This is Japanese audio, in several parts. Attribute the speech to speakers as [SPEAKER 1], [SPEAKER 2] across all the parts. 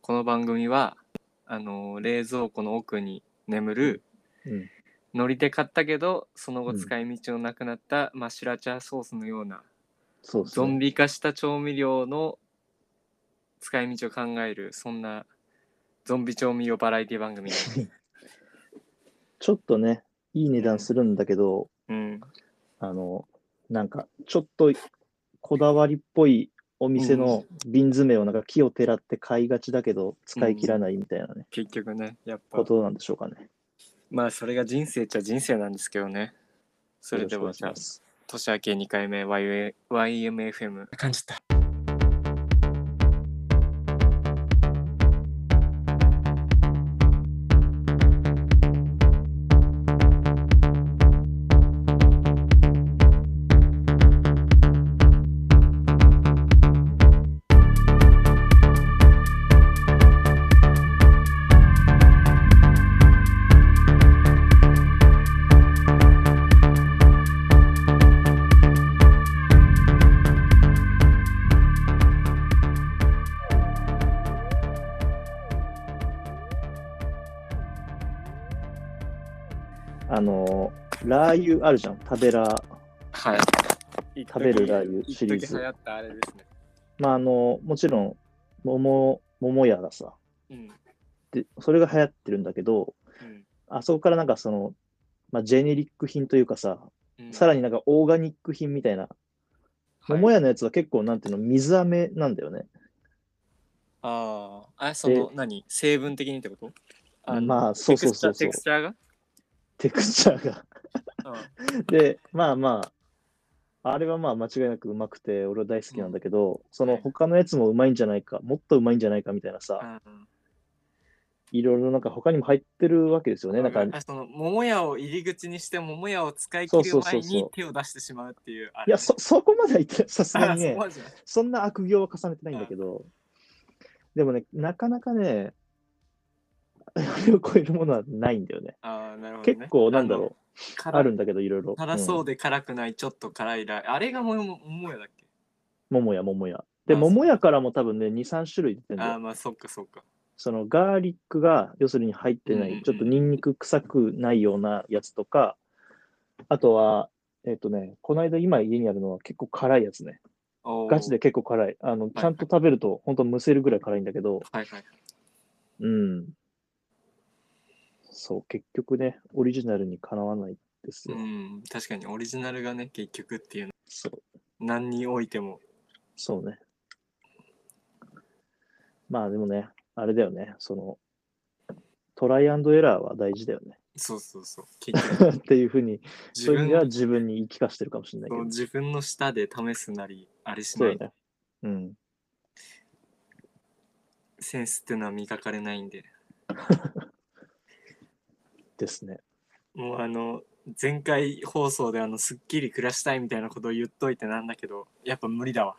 [SPEAKER 1] この番組はあの冷蔵庫の奥に眠る
[SPEAKER 2] うん。
[SPEAKER 1] 海苔で買ったけどその後
[SPEAKER 2] うん
[SPEAKER 1] 使い道のなくなった、マシュラチャソースのような
[SPEAKER 2] そうです
[SPEAKER 1] ゾン
[SPEAKER 2] ね。
[SPEAKER 1] ビ化した調味料の使い道を考えるそんなゾンビ調味料バラエティ番組です、
[SPEAKER 2] ちょっとね、いい値段するんだけど、
[SPEAKER 1] うん、
[SPEAKER 2] あの、なんか、ちょっとこだわりっぽいお店の瓶詰めをなんか木をてらって買いがちだけど、使い切らないみたいなね、
[SPEAKER 1] 結局ねやっ
[SPEAKER 2] こ
[SPEAKER 1] ぱ
[SPEAKER 2] となんでしょうかね。
[SPEAKER 1] まあそれが人生っちゃ人生なんですけどねそれで
[SPEAKER 2] よろ
[SPEAKER 1] は
[SPEAKER 2] し
[SPEAKER 1] じ
[SPEAKER 2] く
[SPEAKER 1] ゃ
[SPEAKER 2] お願
[SPEAKER 1] あ
[SPEAKER 2] いします
[SPEAKER 1] 年明け2回目 YA YMFM 感じた
[SPEAKER 2] あの、ラー油あるじゃん、食べラー。
[SPEAKER 1] はい
[SPEAKER 2] 食べるラー油
[SPEAKER 1] 一
[SPEAKER 2] シリーズ
[SPEAKER 1] 時流行ったあれですね
[SPEAKER 2] まあ、あの、もちろん、桃、桃屋がさ、
[SPEAKER 1] うん
[SPEAKER 2] で、それが流行ってるんだけど、あそこからなんかその、まあ、ジェネリック品というかさ、
[SPEAKER 1] うん
[SPEAKER 2] さらになんかオーガニック品みたいな、
[SPEAKER 1] はい
[SPEAKER 2] 桃屋のやつは結構なんていうの、水飴なんだよね。
[SPEAKER 1] ああ、あ、その、何成分的にってこと
[SPEAKER 2] まあそうそうそうそう
[SPEAKER 1] テクスチャーテ
[SPEAKER 2] テクスチャ ーが。
[SPEAKER 1] クスチャーが、
[SPEAKER 2] で、まあまあ、あれはまあ間違いなくうまくて、俺は大好きなんだけど、その
[SPEAKER 1] はい
[SPEAKER 2] 他のやつもうまいんじゃないか、もっとうまいんじゃないかみたいな
[SPEAKER 1] う
[SPEAKER 2] さ、
[SPEAKER 1] んうん
[SPEAKER 2] いろいろなんか他にも入ってるわけですよね。なんか、
[SPEAKER 1] あその、桃屋を入り口にして、桃屋を使い
[SPEAKER 2] そう
[SPEAKER 1] 切る
[SPEAKER 2] そうそ
[SPEAKER 1] 前
[SPEAKER 2] うそう
[SPEAKER 1] に手を出してしまうっていう。あれ
[SPEAKER 2] いや、そ、 そこまでは言って、さすが
[SPEAKER 1] あ
[SPEAKER 2] に
[SPEAKER 1] そ
[SPEAKER 2] ね
[SPEAKER 1] こ、までじゃない
[SPEAKER 2] そんな悪行は重ねてないんだけど、でもね、なかなかね、あれを超えるものはないんだよね。
[SPEAKER 1] あーなるほどね。
[SPEAKER 2] 結構、なんだろ
[SPEAKER 1] う。
[SPEAKER 2] う、
[SPEAKER 1] 辛
[SPEAKER 2] あるんだけど、いろいろ。
[SPEAKER 1] 辛そう
[SPEAKER 2] で。
[SPEAKER 1] で辛くない、ちょっと辛いラー。あれがもも桃屋だっけ
[SPEAKER 2] 桃屋、桃屋。で、
[SPEAKER 1] あそう
[SPEAKER 2] 桃屋からも多分ね、2、3種類出てるんだ
[SPEAKER 1] あ
[SPEAKER 2] よ
[SPEAKER 1] あ、。まあ、そっかそっか。
[SPEAKER 2] そのガーリックが要するに入って
[SPEAKER 1] うん
[SPEAKER 2] ない、
[SPEAKER 1] うんうん
[SPEAKER 2] ちょっとニンニク臭くないようなやつとか、あとは、えっ、とね、この間今家にあるのは結構辛いやつね。
[SPEAKER 1] おー
[SPEAKER 2] ガチで。結構辛い。あの、ちゃんと食べると本当むせるぐらい辛いんだけど、
[SPEAKER 1] はいはい。
[SPEAKER 2] うん。そう、結局ね、オリジナルにかなわないです
[SPEAKER 1] う
[SPEAKER 2] よ。
[SPEAKER 1] ん、確かにオリジナルがね、結局っていうの。
[SPEAKER 2] そう、
[SPEAKER 1] 何においても。
[SPEAKER 2] そうね。まあでもね、あれだよね、その、トライアンドエラーは大事だよね。
[SPEAKER 1] そうそうそう。結局
[SPEAKER 2] っていうふうに
[SPEAKER 1] 自
[SPEAKER 2] そういう意
[SPEAKER 1] 分
[SPEAKER 2] 味では自分に言い聞かせてるかもしれないけ
[SPEAKER 1] そう
[SPEAKER 2] ど。
[SPEAKER 1] 自分の舌で試すなりあれし
[SPEAKER 2] そ
[SPEAKER 1] な
[SPEAKER 2] う
[SPEAKER 1] い
[SPEAKER 2] だね。うん。
[SPEAKER 1] センスっていうのは磨かれないんで
[SPEAKER 2] ですね。
[SPEAKER 1] もうあの前回放送であのすっきり暮らしたいみたいなことを言っといてなんだけどやっぱ無理だわ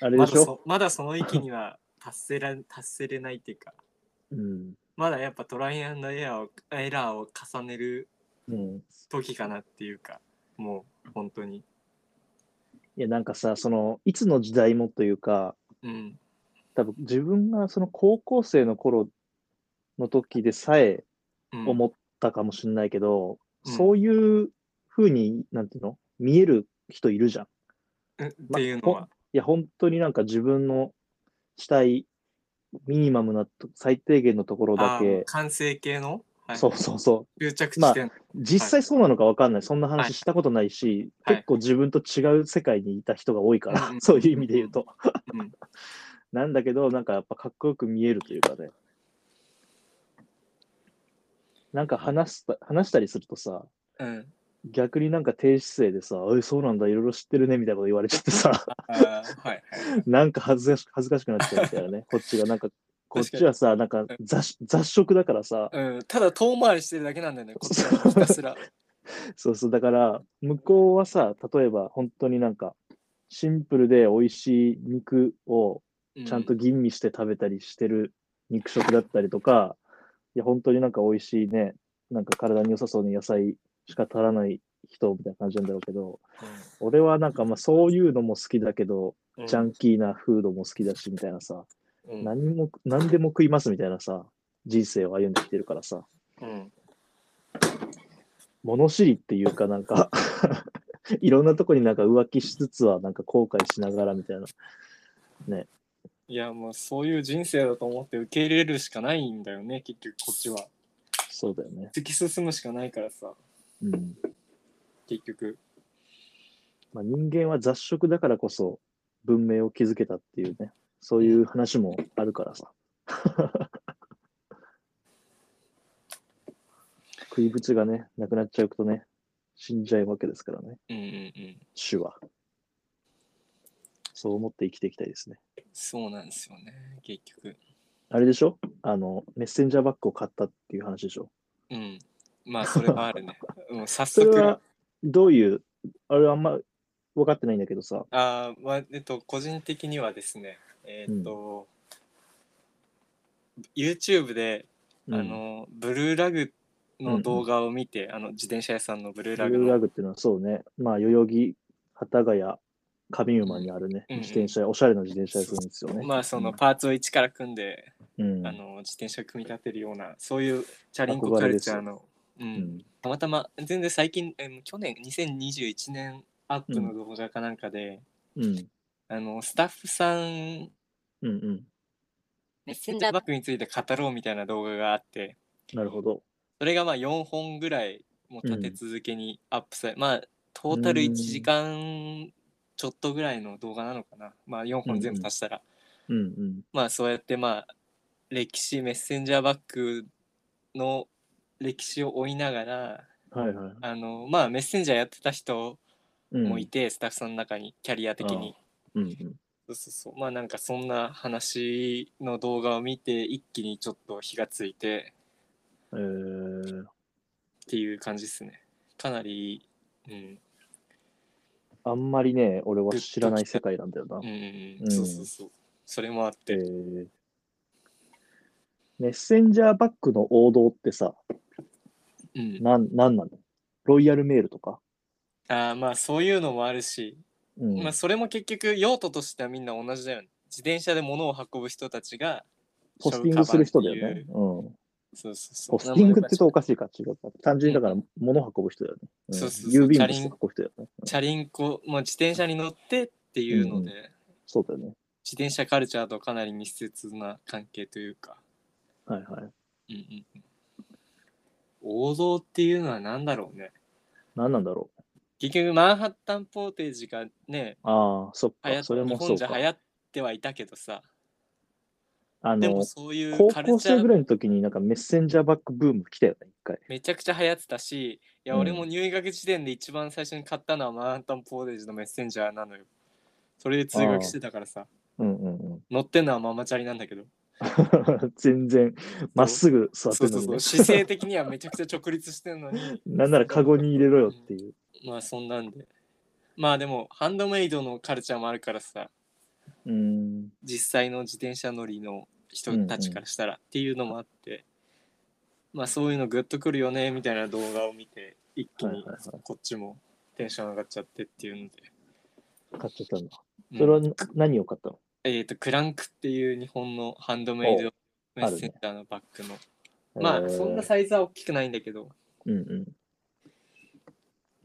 [SPEAKER 2] あれ
[SPEAKER 1] ま
[SPEAKER 2] で
[SPEAKER 1] だ
[SPEAKER 2] しょ、
[SPEAKER 1] そまだその域には 達せら達せれないっていうか
[SPEAKER 2] うん。
[SPEAKER 1] まだやっぱトライアンドエラーをエラーを重ねる
[SPEAKER 2] うん。
[SPEAKER 1] 時かなっていうかもう本当に
[SPEAKER 2] いや、なんかさ、その、いつの時代もというか、
[SPEAKER 1] うん
[SPEAKER 2] 多分自分がその高校生の頃の時でさえ
[SPEAKER 1] うん
[SPEAKER 2] 思ったかもしれないけど、
[SPEAKER 1] うん
[SPEAKER 2] そういうふうに、なんていうの見える人いるじゃん。
[SPEAKER 1] うんっていうのは、
[SPEAKER 2] いや、本当になんか自分のしたいミニマムなと最低限のところだ
[SPEAKER 1] あー
[SPEAKER 2] け、
[SPEAKER 1] 完成形の、はい、
[SPEAKER 2] そうそうそう、
[SPEAKER 1] 執着地点、
[SPEAKER 2] 実際そうなのか分かんない、そんな
[SPEAKER 1] はい
[SPEAKER 2] 話したことないし、
[SPEAKER 1] はい
[SPEAKER 2] 結構自分と違う世界にいた人が多いから、
[SPEAKER 1] うんうん
[SPEAKER 2] そういう意味で言うと。
[SPEAKER 1] うん、
[SPEAKER 2] なんだけど、なんかやっぱかっこよく見えるというかね。なんか話した話したりするとさ、
[SPEAKER 1] うん、
[SPEAKER 2] 逆になんか低姿勢でさ、おい、そうなんだ、いろいろ知ってるねみたいなこと言われちゃってさ、
[SPEAKER 1] あーはいはい
[SPEAKER 2] なんか恥ずかし恥ずかしくなっちゃうみたいなね、こっちが。 なんか、こっちはさ、なんか雑雑食だからさ、
[SPEAKER 1] うん、ただ遠回りしてるだけなんだ よね、こっちはひたすら。
[SPEAKER 2] そうそう、だから、向こうはさ、例えば本当になんか、シンプルで美味しい肉をちゃんと
[SPEAKER 1] う
[SPEAKER 2] 吟味して食べたりしてる肉食だったりとか、いや、本当になんか美味しいね、なんか体に良さそうな野菜しか足らない人みたいな感じなんだろうけど、俺はなんかまあそういうのも好きだけど、
[SPEAKER 1] うん
[SPEAKER 2] ジャンキーなフードも好きだしみたいなさ、
[SPEAKER 1] うん
[SPEAKER 2] 何も、何でも食いますみたいなさ、人生を歩んできてるからさ、
[SPEAKER 1] うん
[SPEAKER 2] 物知りっていうかなんか、いろんなとこになんか浮気しつつはなんか後悔しながらみたいな。
[SPEAKER 1] いやもうそういう人生だと思って受け入れるしかないんだよね結局こっちは
[SPEAKER 2] そうだよね。
[SPEAKER 1] 突き進むしかないからさ
[SPEAKER 2] うん。
[SPEAKER 1] 結局
[SPEAKER 2] まあ、人間は雑食だからこそ文明を築けたっていうね、そういう話もあるからさ。 食い物がね、なくなっちゃうとね、死んじゃうわけですからね、
[SPEAKER 1] うんうんうん
[SPEAKER 2] 種は。そう思って生きていきたいですね。
[SPEAKER 1] そうなんですよね結局
[SPEAKER 2] あれでしょあの、メッセンジャーバッグを買ったっていう話でしょ
[SPEAKER 1] うんまあそれはある ね、うん、早
[SPEAKER 2] そ
[SPEAKER 1] 速
[SPEAKER 2] れはどういう、あれあんま分かってないんだけどさ、
[SPEAKER 1] あーまあ、えっと、個人的にはですね、えーっと、YouTube で、あ
[SPEAKER 2] うん
[SPEAKER 1] の、ブルーラグ
[SPEAKER 2] うんう
[SPEAKER 1] の
[SPEAKER 2] ん
[SPEAKER 1] 動画を見て、あの、自転車屋さんのブルーラ
[SPEAKER 2] ブ
[SPEAKER 1] グ
[SPEAKER 2] ルー
[SPEAKER 1] の
[SPEAKER 2] ラグっていうのはそうね、まあ、代々木、幡ヶ谷、上馬にあるね、
[SPEAKER 1] うんうん
[SPEAKER 2] 自転車屋、おしゃれな自転車屋さんですよね。
[SPEAKER 1] まあ、その
[SPEAKER 2] うん
[SPEAKER 1] パーツを一から組んで、
[SPEAKER 2] うん
[SPEAKER 1] あの、自転車組み立てるような、そういうチャリンコカルチャーの、う、
[SPEAKER 2] うんん
[SPEAKER 1] たまたま、全然最近、えー去年、2021年アップの動画かなんかで、
[SPEAKER 2] うん
[SPEAKER 1] あの、スタッフさん、
[SPEAKER 2] うんうん
[SPEAKER 1] メッセンジャーバッグについて語ろうみたいな動画があって、
[SPEAKER 2] なるほど。
[SPEAKER 1] それがまあ4本ぐらいもう立て
[SPEAKER 2] うん
[SPEAKER 1] 続けにアップされ、まあトータル
[SPEAKER 2] うー
[SPEAKER 1] 1
[SPEAKER 2] ん
[SPEAKER 1] 時間ちょっとぐらいの動画なのかなまあ4本全
[SPEAKER 2] うんう
[SPEAKER 1] 部
[SPEAKER 2] ん
[SPEAKER 1] 足したら、
[SPEAKER 2] うんうん
[SPEAKER 1] まあそうやってまあ歴史メッセンジャーバッグの歴史を追いながら
[SPEAKER 2] はいはい。
[SPEAKER 1] あのまあメッセンジャーやってた人
[SPEAKER 2] うん
[SPEAKER 1] もいて、スタッフさんの中にキャリア的に
[SPEAKER 2] うんうん
[SPEAKER 1] そうそうそうまあなんかそんな話の動画を見て一気にちょっと火がついて
[SPEAKER 2] えー
[SPEAKER 1] っていう感じですねかなりうん
[SPEAKER 2] あんまりね、俺は知らない世界なんだよな。
[SPEAKER 1] うんうんう、
[SPEAKER 2] うんん
[SPEAKER 1] そうそうそう。それもあって。
[SPEAKER 2] えーメッセンジャーバッグの王道ってさ、
[SPEAKER 1] うん、
[SPEAKER 2] なんなんなのロイヤルメールとか、
[SPEAKER 1] あーまあそういうのもあるし、
[SPEAKER 2] うん
[SPEAKER 1] まあ、それも結局用途としてはみんな同じだよね。自転車で物を運ぶ人たちが
[SPEAKER 2] ポスティングする人だよね。
[SPEAKER 1] ショーカバーっていう。
[SPEAKER 2] うん、
[SPEAKER 1] そうそうそう。
[SPEAKER 2] ポスティングって言うとお
[SPEAKER 1] か。
[SPEAKER 2] かしいか違うか。単純にだから物を運ぶ人だよね。ん
[SPEAKER 1] そうそうそう
[SPEAKER 2] 郵便物運ぶ人だよね。うん
[SPEAKER 1] チャリンコ、まあ、自転車に乗ってっていうので、
[SPEAKER 2] うんそうだよね。
[SPEAKER 1] 自転車カルチャーとかなり密接な関係というか。
[SPEAKER 2] はいは
[SPEAKER 1] う
[SPEAKER 2] い。
[SPEAKER 1] んうんうん、王道っていうのは何だろうね。
[SPEAKER 2] 何なんだろう。
[SPEAKER 1] 結局マンハッタンポーテージがね、
[SPEAKER 2] ああ、そっ
[SPEAKER 1] 流行
[SPEAKER 2] か。
[SPEAKER 1] っ
[SPEAKER 2] それ
[SPEAKER 1] 日
[SPEAKER 2] もそ
[SPEAKER 1] 本
[SPEAKER 2] う
[SPEAKER 1] じゃ
[SPEAKER 2] か
[SPEAKER 1] 流。行ってはいたけどさ。
[SPEAKER 2] あ
[SPEAKER 1] でも
[SPEAKER 2] の、
[SPEAKER 1] そういう
[SPEAKER 2] 高
[SPEAKER 1] カル
[SPEAKER 2] 校
[SPEAKER 1] チャ
[SPEAKER 2] 生
[SPEAKER 1] ー
[SPEAKER 2] ぐらいの時になんかメッセンジャーバックブーム来たよね、一回。
[SPEAKER 1] めちゃくちゃ流行ってたし、いや、
[SPEAKER 2] うん
[SPEAKER 1] 俺も入学時点で一番最初に買ったのはマンハッタンポーデージのメッセンジャーなのよ。それで通学してたからさ、
[SPEAKER 2] うん うん
[SPEAKER 1] 乗ってんのはママチャリなんだけど、
[SPEAKER 2] うん。全然、まっすぐ座って
[SPEAKER 1] そう
[SPEAKER 2] る
[SPEAKER 1] そ
[SPEAKER 2] の
[SPEAKER 1] う
[SPEAKER 2] に
[SPEAKER 1] そ
[SPEAKER 2] ね、
[SPEAKER 1] う、。姿勢的にはめちゃくちゃ直立してんのに
[SPEAKER 2] なんならカゴに入れろよって
[SPEAKER 1] う
[SPEAKER 2] いう。
[SPEAKER 1] ん。まあそんなんで。まあでも、ハンドメイドのカルチャーもあるからさ、
[SPEAKER 2] うーん。
[SPEAKER 1] 実際の自転車乗りの人たちからしたらっていうのもあって、まあそういうのグッとくるよねみたいな動画を見て一気
[SPEAKER 2] はい
[SPEAKER 1] に
[SPEAKER 2] はいはい
[SPEAKER 1] こっちもテンション上がっちゃってっていうので、
[SPEAKER 2] 買っちゃったんだ。
[SPEAKER 1] うん
[SPEAKER 2] それは何を買ったの
[SPEAKER 1] えっ、とクランクっていう日本のハンドメイドメッセンジャーのバッグの、まあそんな
[SPEAKER 2] さ。
[SPEAKER 1] サイズは大きくないんだけど
[SPEAKER 2] うんうん。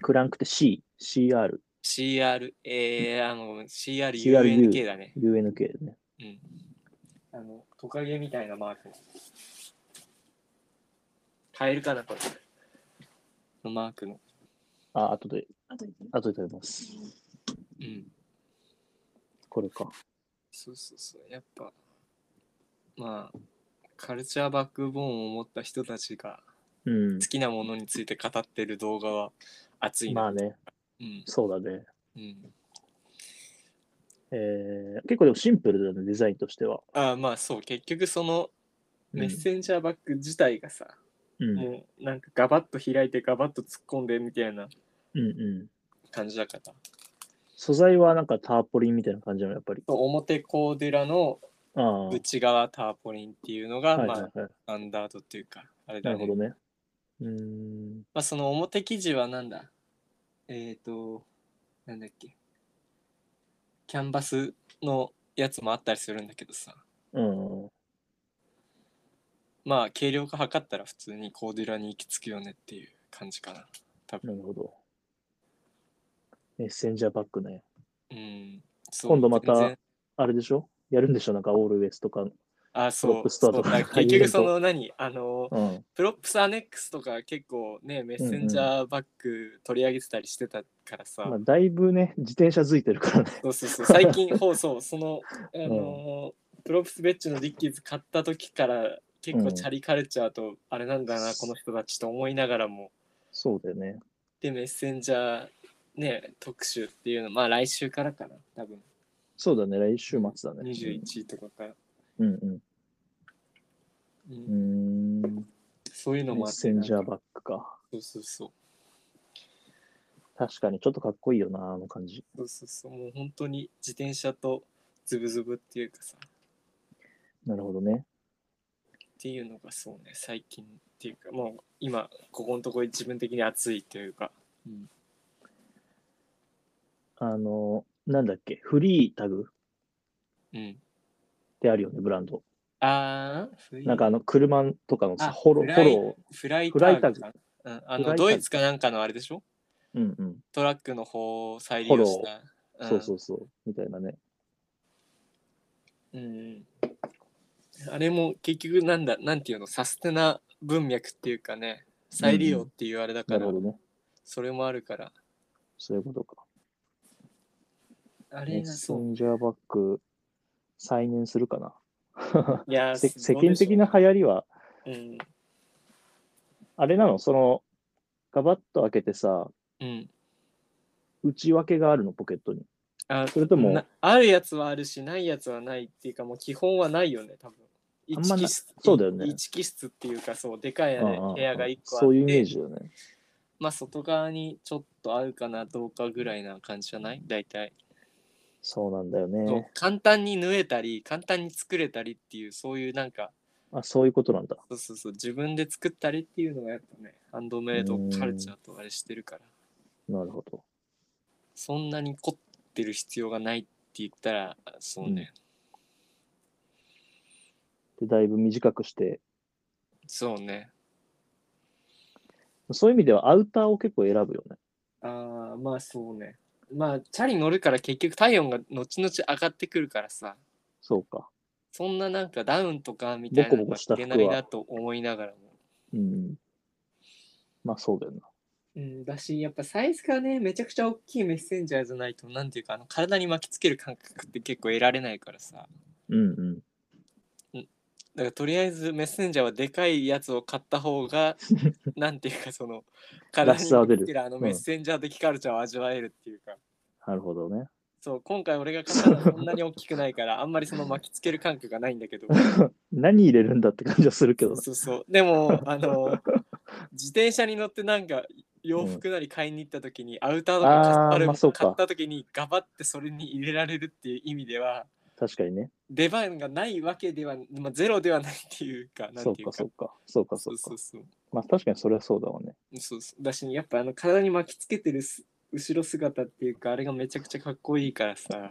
[SPEAKER 2] クランクって C、CR、
[SPEAKER 1] CR えー、あの
[SPEAKER 2] CRU
[SPEAKER 1] CRUNK だね
[SPEAKER 2] UNK ね。
[SPEAKER 1] うんあのトカゲみたいなマーク買えるかなこれのマークの
[SPEAKER 2] あ、後で、後で食べます。
[SPEAKER 1] うん
[SPEAKER 2] これか。
[SPEAKER 1] そうそうそうやっぱまあカルチャーバックボーンを持った人たちが
[SPEAKER 2] うん
[SPEAKER 1] 好。きなものについて語ってる動画は熱いな、
[SPEAKER 2] まあね、
[SPEAKER 1] うん
[SPEAKER 2] そうだね。
[SPEAKER 1] うん、
[SPEAKER 2] えー、結構でもシンプルだね、デザインとしては。
[SPEAKER 1] ああまあそう結局その
[SPEAKER 2] うん
[SPEAKER 1] メッセンジャーバッグ自体がさ、
[SPEAKER 2] うん。うん
[SPEAKER 1] もうなんかガバッと開いてガバッと突っ込んでみたいな
[SPEAKER 2] うん。
[SPEAKER 1] 感じだから
[SPEAKER 2] 素材はなんかターポリンみたいな感じなの、やっぱり。
[SPEAKER 1] そう表コーデュラの
[SPEAKER 2] ああ。
[SPEAKER 1] 内側ターポリンっていうのが、
[SPEAKER 2] はい
[SPEAKER 1] まあ
[SPEAKER 2] はいはい。
[SPEAKER 1] スタンダードっていうかあれだ
[SPEAKER 2] な
[SPEAKER 1] ね
[SPEAKER 2] るほどね。うーん。
[SPEAKER 1] まあ、その表記事はなんだえっ、と、なんだっけ。キャンバスのやつもあったりするんだけどさ。
[SPEAKER 2] うん。
[SPEAKER 1] まあ軽量化測ったら普通にコーデュラに行き着くよねっていう感じかな多
[SPEAKER 2] な
[SPEAKER 1] 分
[SPEAKER 2] るほど。メッセンジャーバッグね。
[SPEAKER 1] うんそう
[SPEAKER 2] 今度また
[SPEAKER 1] 全然
[SPEAKER 2] あれでしょやるんでしょなんかオールウェスとか。
[SPEAKER 1] あ
[SPEAKER 2] プロ
[SPEAKER 1] そ
[SPEAKER 2] ッ
[SPEAKER 1] う
[SPEAKER 2] プストア
[SPEAKER 1] そう
[SPEAKER 2] とか
[SPEAKER 1] だ結局その何あの
[SPEAKER 2] うん。
[SPEAKER 1] プロップスアネックスとか結構ねメッセンジャーバッグ取り上げてたりしてたからさ、
[SPEAKER 2] まあ、だいぶね、自転車づいてるからね。
[SPEAKER 1] そうそうそう最近ほう そうそのあの、プロプスベッチのディッキーズ買った時から結
[SPEAKER 2] う
[SPEAKER 1] 構
[SPEAKER 2] ん
[SPEAKER 1] チャリカルチャーとあれなんだな、この人たちと思いながらも
[SPEAKER 2] そうだよね。
[SPEAKER 1] でメッセンジャーね特集っていうのまあ来週からかな多分
[SPEAKER 2] そうだね。来週末だね。
[SPEAKER 1] 21とかから、
[SPEAKER 2] うんうん。
[SPEAKER 1] う
[SPEAKER 2] うんーん。
[SPEAKER 1] そういうの
[SPEAKER 2] メ
[SPEAKER 1] も
[SPEAKER 2] ッ
[SPEAKER 1] あっ
[SPEAKER 2] セ
[SPEAKER 1] て
[SPEAKER 2] ンジャー
[SPEAKER 1] なんか
[SPEAKER 2] バッグか。
[SPEAKER 1] そうそうそう
[SPEAKER 2] 確かに、ちょっとかっこいいよな、あの感じ。
[SPEAKER 1] そうそうそうもう本当に自転車とズブズブっていうかさ
[SPEAKER 2] なるほどね。
[SPEAKER 1] っていうのがそうね最近っていうかもう今ここのとこ自分的に熱いというか、うん、
[SPEAKER 2] あの、なんだっけ、フリータグっ
[SPEAKER 1] うん。
[SPEAKER 2] てあるよね、ブランド。
[SPEAKER 1] あーフリー
[SPEAKER 2] なんかあの、車とかの
[SPEAKER 1] あ
[SPEAKER 2] さ、ホロ、
[SPEAKER 1] フ
[SPEAKER 2] ホ
[SPEAKER 1] ライ
[SPEAKER 2] ロ
[SPEAKER 1] フライ
[SPEAKER 2] フライ
[SPEAKER 1] タグ
[SPEAKER 2] タ
[SPEAKER 1] かうん、あの
[SPEAKER 2] フライタグ
[SPEAKER 1] ドイツかなんかのあれでしょ
[SPEAKER 2] ー、うんうん。
[SPEAKER 1] トラックの方を再利用した。ん
[SPEAKER 2] そうそうそう、みたいなね。
[SPEAKER 1] うんうんあれも結局なんだ、なんていうの、サステナ文脈っていうかね、再利用っていうあれだか
[SPEAKER 2] な
[SPEAKER 1] ら、
[SPEAKER 2] るほどね。
[SPEAKER 1] それもあるから。
[SPEAKER 2] そういうことか。
[SPEAKER 1] あ
[SPEAKER 2] メ
[SPEAKER 1] れ
[SPEAKER 2] ッ
[SPEAKER 1] が
[SPEAKER 2] セ
[SPEAKER 1] そう。
[SPEAKER 2] ンジャーバッグ、再燃するかな。
[SPEAKER 1] いやー、
[SPEAKER 2] せ世
[SPEAKER 1] どうで
[SPEAKER 2] 間
[SPEAKER 1] しょう
[SPEAKER 2] 的な、流行りは、
[SPEAKER 1] うん。
[SPEAKER 2] あれなの、その、ガバッと開けてさ、
[SPEAKER 1] うん。
[SPEAKER 2] 内訳があるの、ポケットに。
[SPEAKER 1] あ
[SPEAKER 2] それとも
[SPEAKER 1] なあるやつはあるし、ないやつはないっていうか、もう基本はないよね、多分。
[SPEAKER 2] あんまな
[SPEAKER 1] 一気室
[SPEAKER 2] そうだよね
[SPEAKER 1] 一気室っていうか、そう、でかいあ
[SPEAKER 2] うん
[SPEAKER 1] れ
[SPEAKER 2] うんうん
[SPEAKER 1] 部屋が一個あって。
[SPEAKER 2] そういうイメージだよね。
[SPEAKER 1] まあ外側にちょっと合うかなどうかぐらいな感じじゃない大体、
[SPEAKER 2] そうなんだよ
[SPEAKER 1] そう
[SPEAKER 2] ね。
[SPEAKER 1] 簡単に縫えたり簡単に作れたりっていうそういうなんか
[SPEAKER 2] あ、そういうことなんだ。
[SPEAKER 1] そうそうそう自分で作ったりっていうのがやっぱねハンドメイドカルチャーとあれしてるから
[SPEAKER 2] なるほど。
[SPEAKER 1] そんなに凝ってる必要がないって言ったらそうね、
[SPEAKER 2] で、だいぶ短くして、
[SPEAKER 1] そうね
[SPEAKER 2] そういう意味ではアウターを結構選ぶよね。
[SPEAKER 1] ああまあそうねまあチャリ乗るから結局体温が後々上がってくるからさ
[SPEAKER 2] そうか。
[SPEAKER 1] そんななんかダウンとかみたい
[SPEAKER 2] ボ
[SPEAKER 1] な
[SPEAKER 2] コ
[SPEAKER 1] の
[SPEAKER 2] ボコ
[SPEAKER 1] が
[SPEAKER 2] した
[SPEAKER 1] い
[SPEAKER 2] 服
[SPEAKER 1] け
[SPEAKER 2] は
[SPEAKER 1] ないなと思いながらも
[SPEAKER 2] うん。まあそうだよな。
[SPEAKER 1] うん、だしやっぱサイズがねめちゃくちゃ大きいメッセンジャーじゃないとなんていうかあの体に巻きつける感覚って結構得られないからさだか
[SPEAKER 2] うんうん。
[SPEAKER 1] らとりあえずメッセンジャーはでかいやつを買った方 がなんていうかその体
[SPEAKER 2] ら
[SPEAKER 1] に
[SPEAKER 2] しさは出
[SPEAKER 1] 巻きつ
[SPEAKER 2] る
[SPEAKER 1] けるあの
[SPEAKER 2] うん
[SPEAKER 1] メッセンジャー的カルチャーを味わえるっていうか、
[SPEAKER 2] なるほどね。
[SPEAKER 1] そう今回俺が買ったのはそんなに大きくないからあんまりその巻きつける感覚がないんだ けど
[SPEAKER 2] 何入れるんだって感じはするけどな。
[SPEAKER 1] そうそうでもあの自転車に乗ってなんか洋服なり買いに行った時 に、アウターとかカス
[SPEAKER 2] あー
[SPEAKER 1] タル
[SPEAKER 2] まあ
[SPEAKER 1] も
[SPEAKER 2] そうか
[SPEAKER 1] 買った時にガバってそれに入れられるっていう意味では
[SPEAKER 2] 確かにね。
[SPEAKER 1] 出番がないわけでは、まあ、ゼロではないっていうかな
[SPEAKER 2] そ
[SPEAKER 1] ん
[SPEAKER 2] う
[SPEAKER 1] ていう
[SPEAKER 2] か
[SPEAKER 1] か
[SPEAKER 2] そうか。そうかそ
[SPEAKER 1] そうう
[SPEAKER 2] か
[SPEAKER 1] そ。うそう
[SPEAKER 2] まあ確かにそれはそうだわね。
[SPEAKER 1] そうそうだしやっぱあの体に巻きつけてるす後ろ姿っていうかあれがめちゃくちゃかっこいいからさ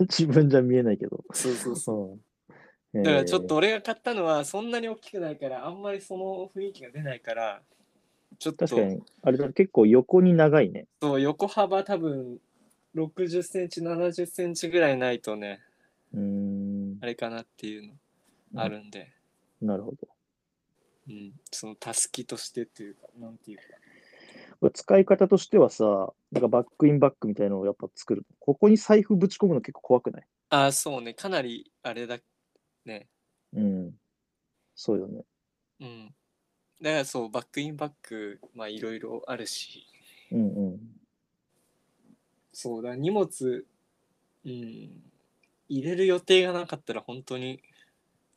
[SPEAKER 2] 自分じゃ見えないけど。
[SPEAKER 1] そうそうそう
[SPEAKER 2] うん。
[SPEAKER 1] だからちょっ
[SPEAKER 2] え
[SPEAKER 1] と俺が買ったのはそんなに大きくないからあんまりその雰囲気が出ないからちょっ
[SPEAKER 2] ー
[SPEAKER 1] と
[SPEAKER 2] 確かに、あれだ、結構横に長いね。
[SPEAKER 1] そう横幅多分60センチ70センチぐらいないとね
[SPEAKER 2] うーん
[SPEAKER 1] あ。れかなっていう
[SPEAKER 2] うん
[SPEAKER 1] のあるんで、
[SPEAKER 2] なるほど
[SPEAKER 1] うんそのたすきとしてっていうかなんていうか。
[SPEAKER 2] これ使い方としてはさ、なんかバックインバックみたいなのをやっぱ作る。ここに財布ぶち込むの結構怖くない
[SPEAKER 1] ああそうねかなりあれだね
[SPEAKER 2] うん。そうよね。
[SPEAKER 1] うんだからそうバックインバックまあいろいろあるし
[SPEAKER 2] うんうん。
[SPEAKER 1] そうだ荷物うん入れる予定がなかったら本当に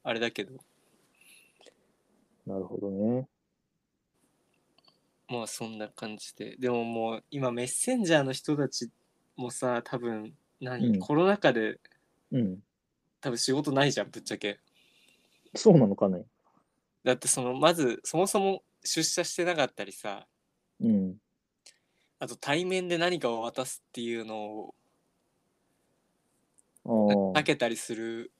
[SPEAKER 1] あれだけど
[SPEAKER 2] なるほどね。
[SPEAKER 1] まあそんな感じででももう今メッセンジャーの人たちもさ多分何、
[SPEAKER 2] うん
[SPEAKER 1] コロナ禍で
[SPEAKER 2] うん。
[SPEAKER 1] 多分仕事ないじゃんぶっちゃけ
[SPEAKER 2] そうなのかね。
[SPEAKER 1] だってそのまずそもそも出社してなかったりさ
[SPEAKER 2] うん。
[SPEAKER 1] あと対面で何かを渡すっていうのを
[SPEAKER 2] ああ
[SPEAKER 1] 避。けたりする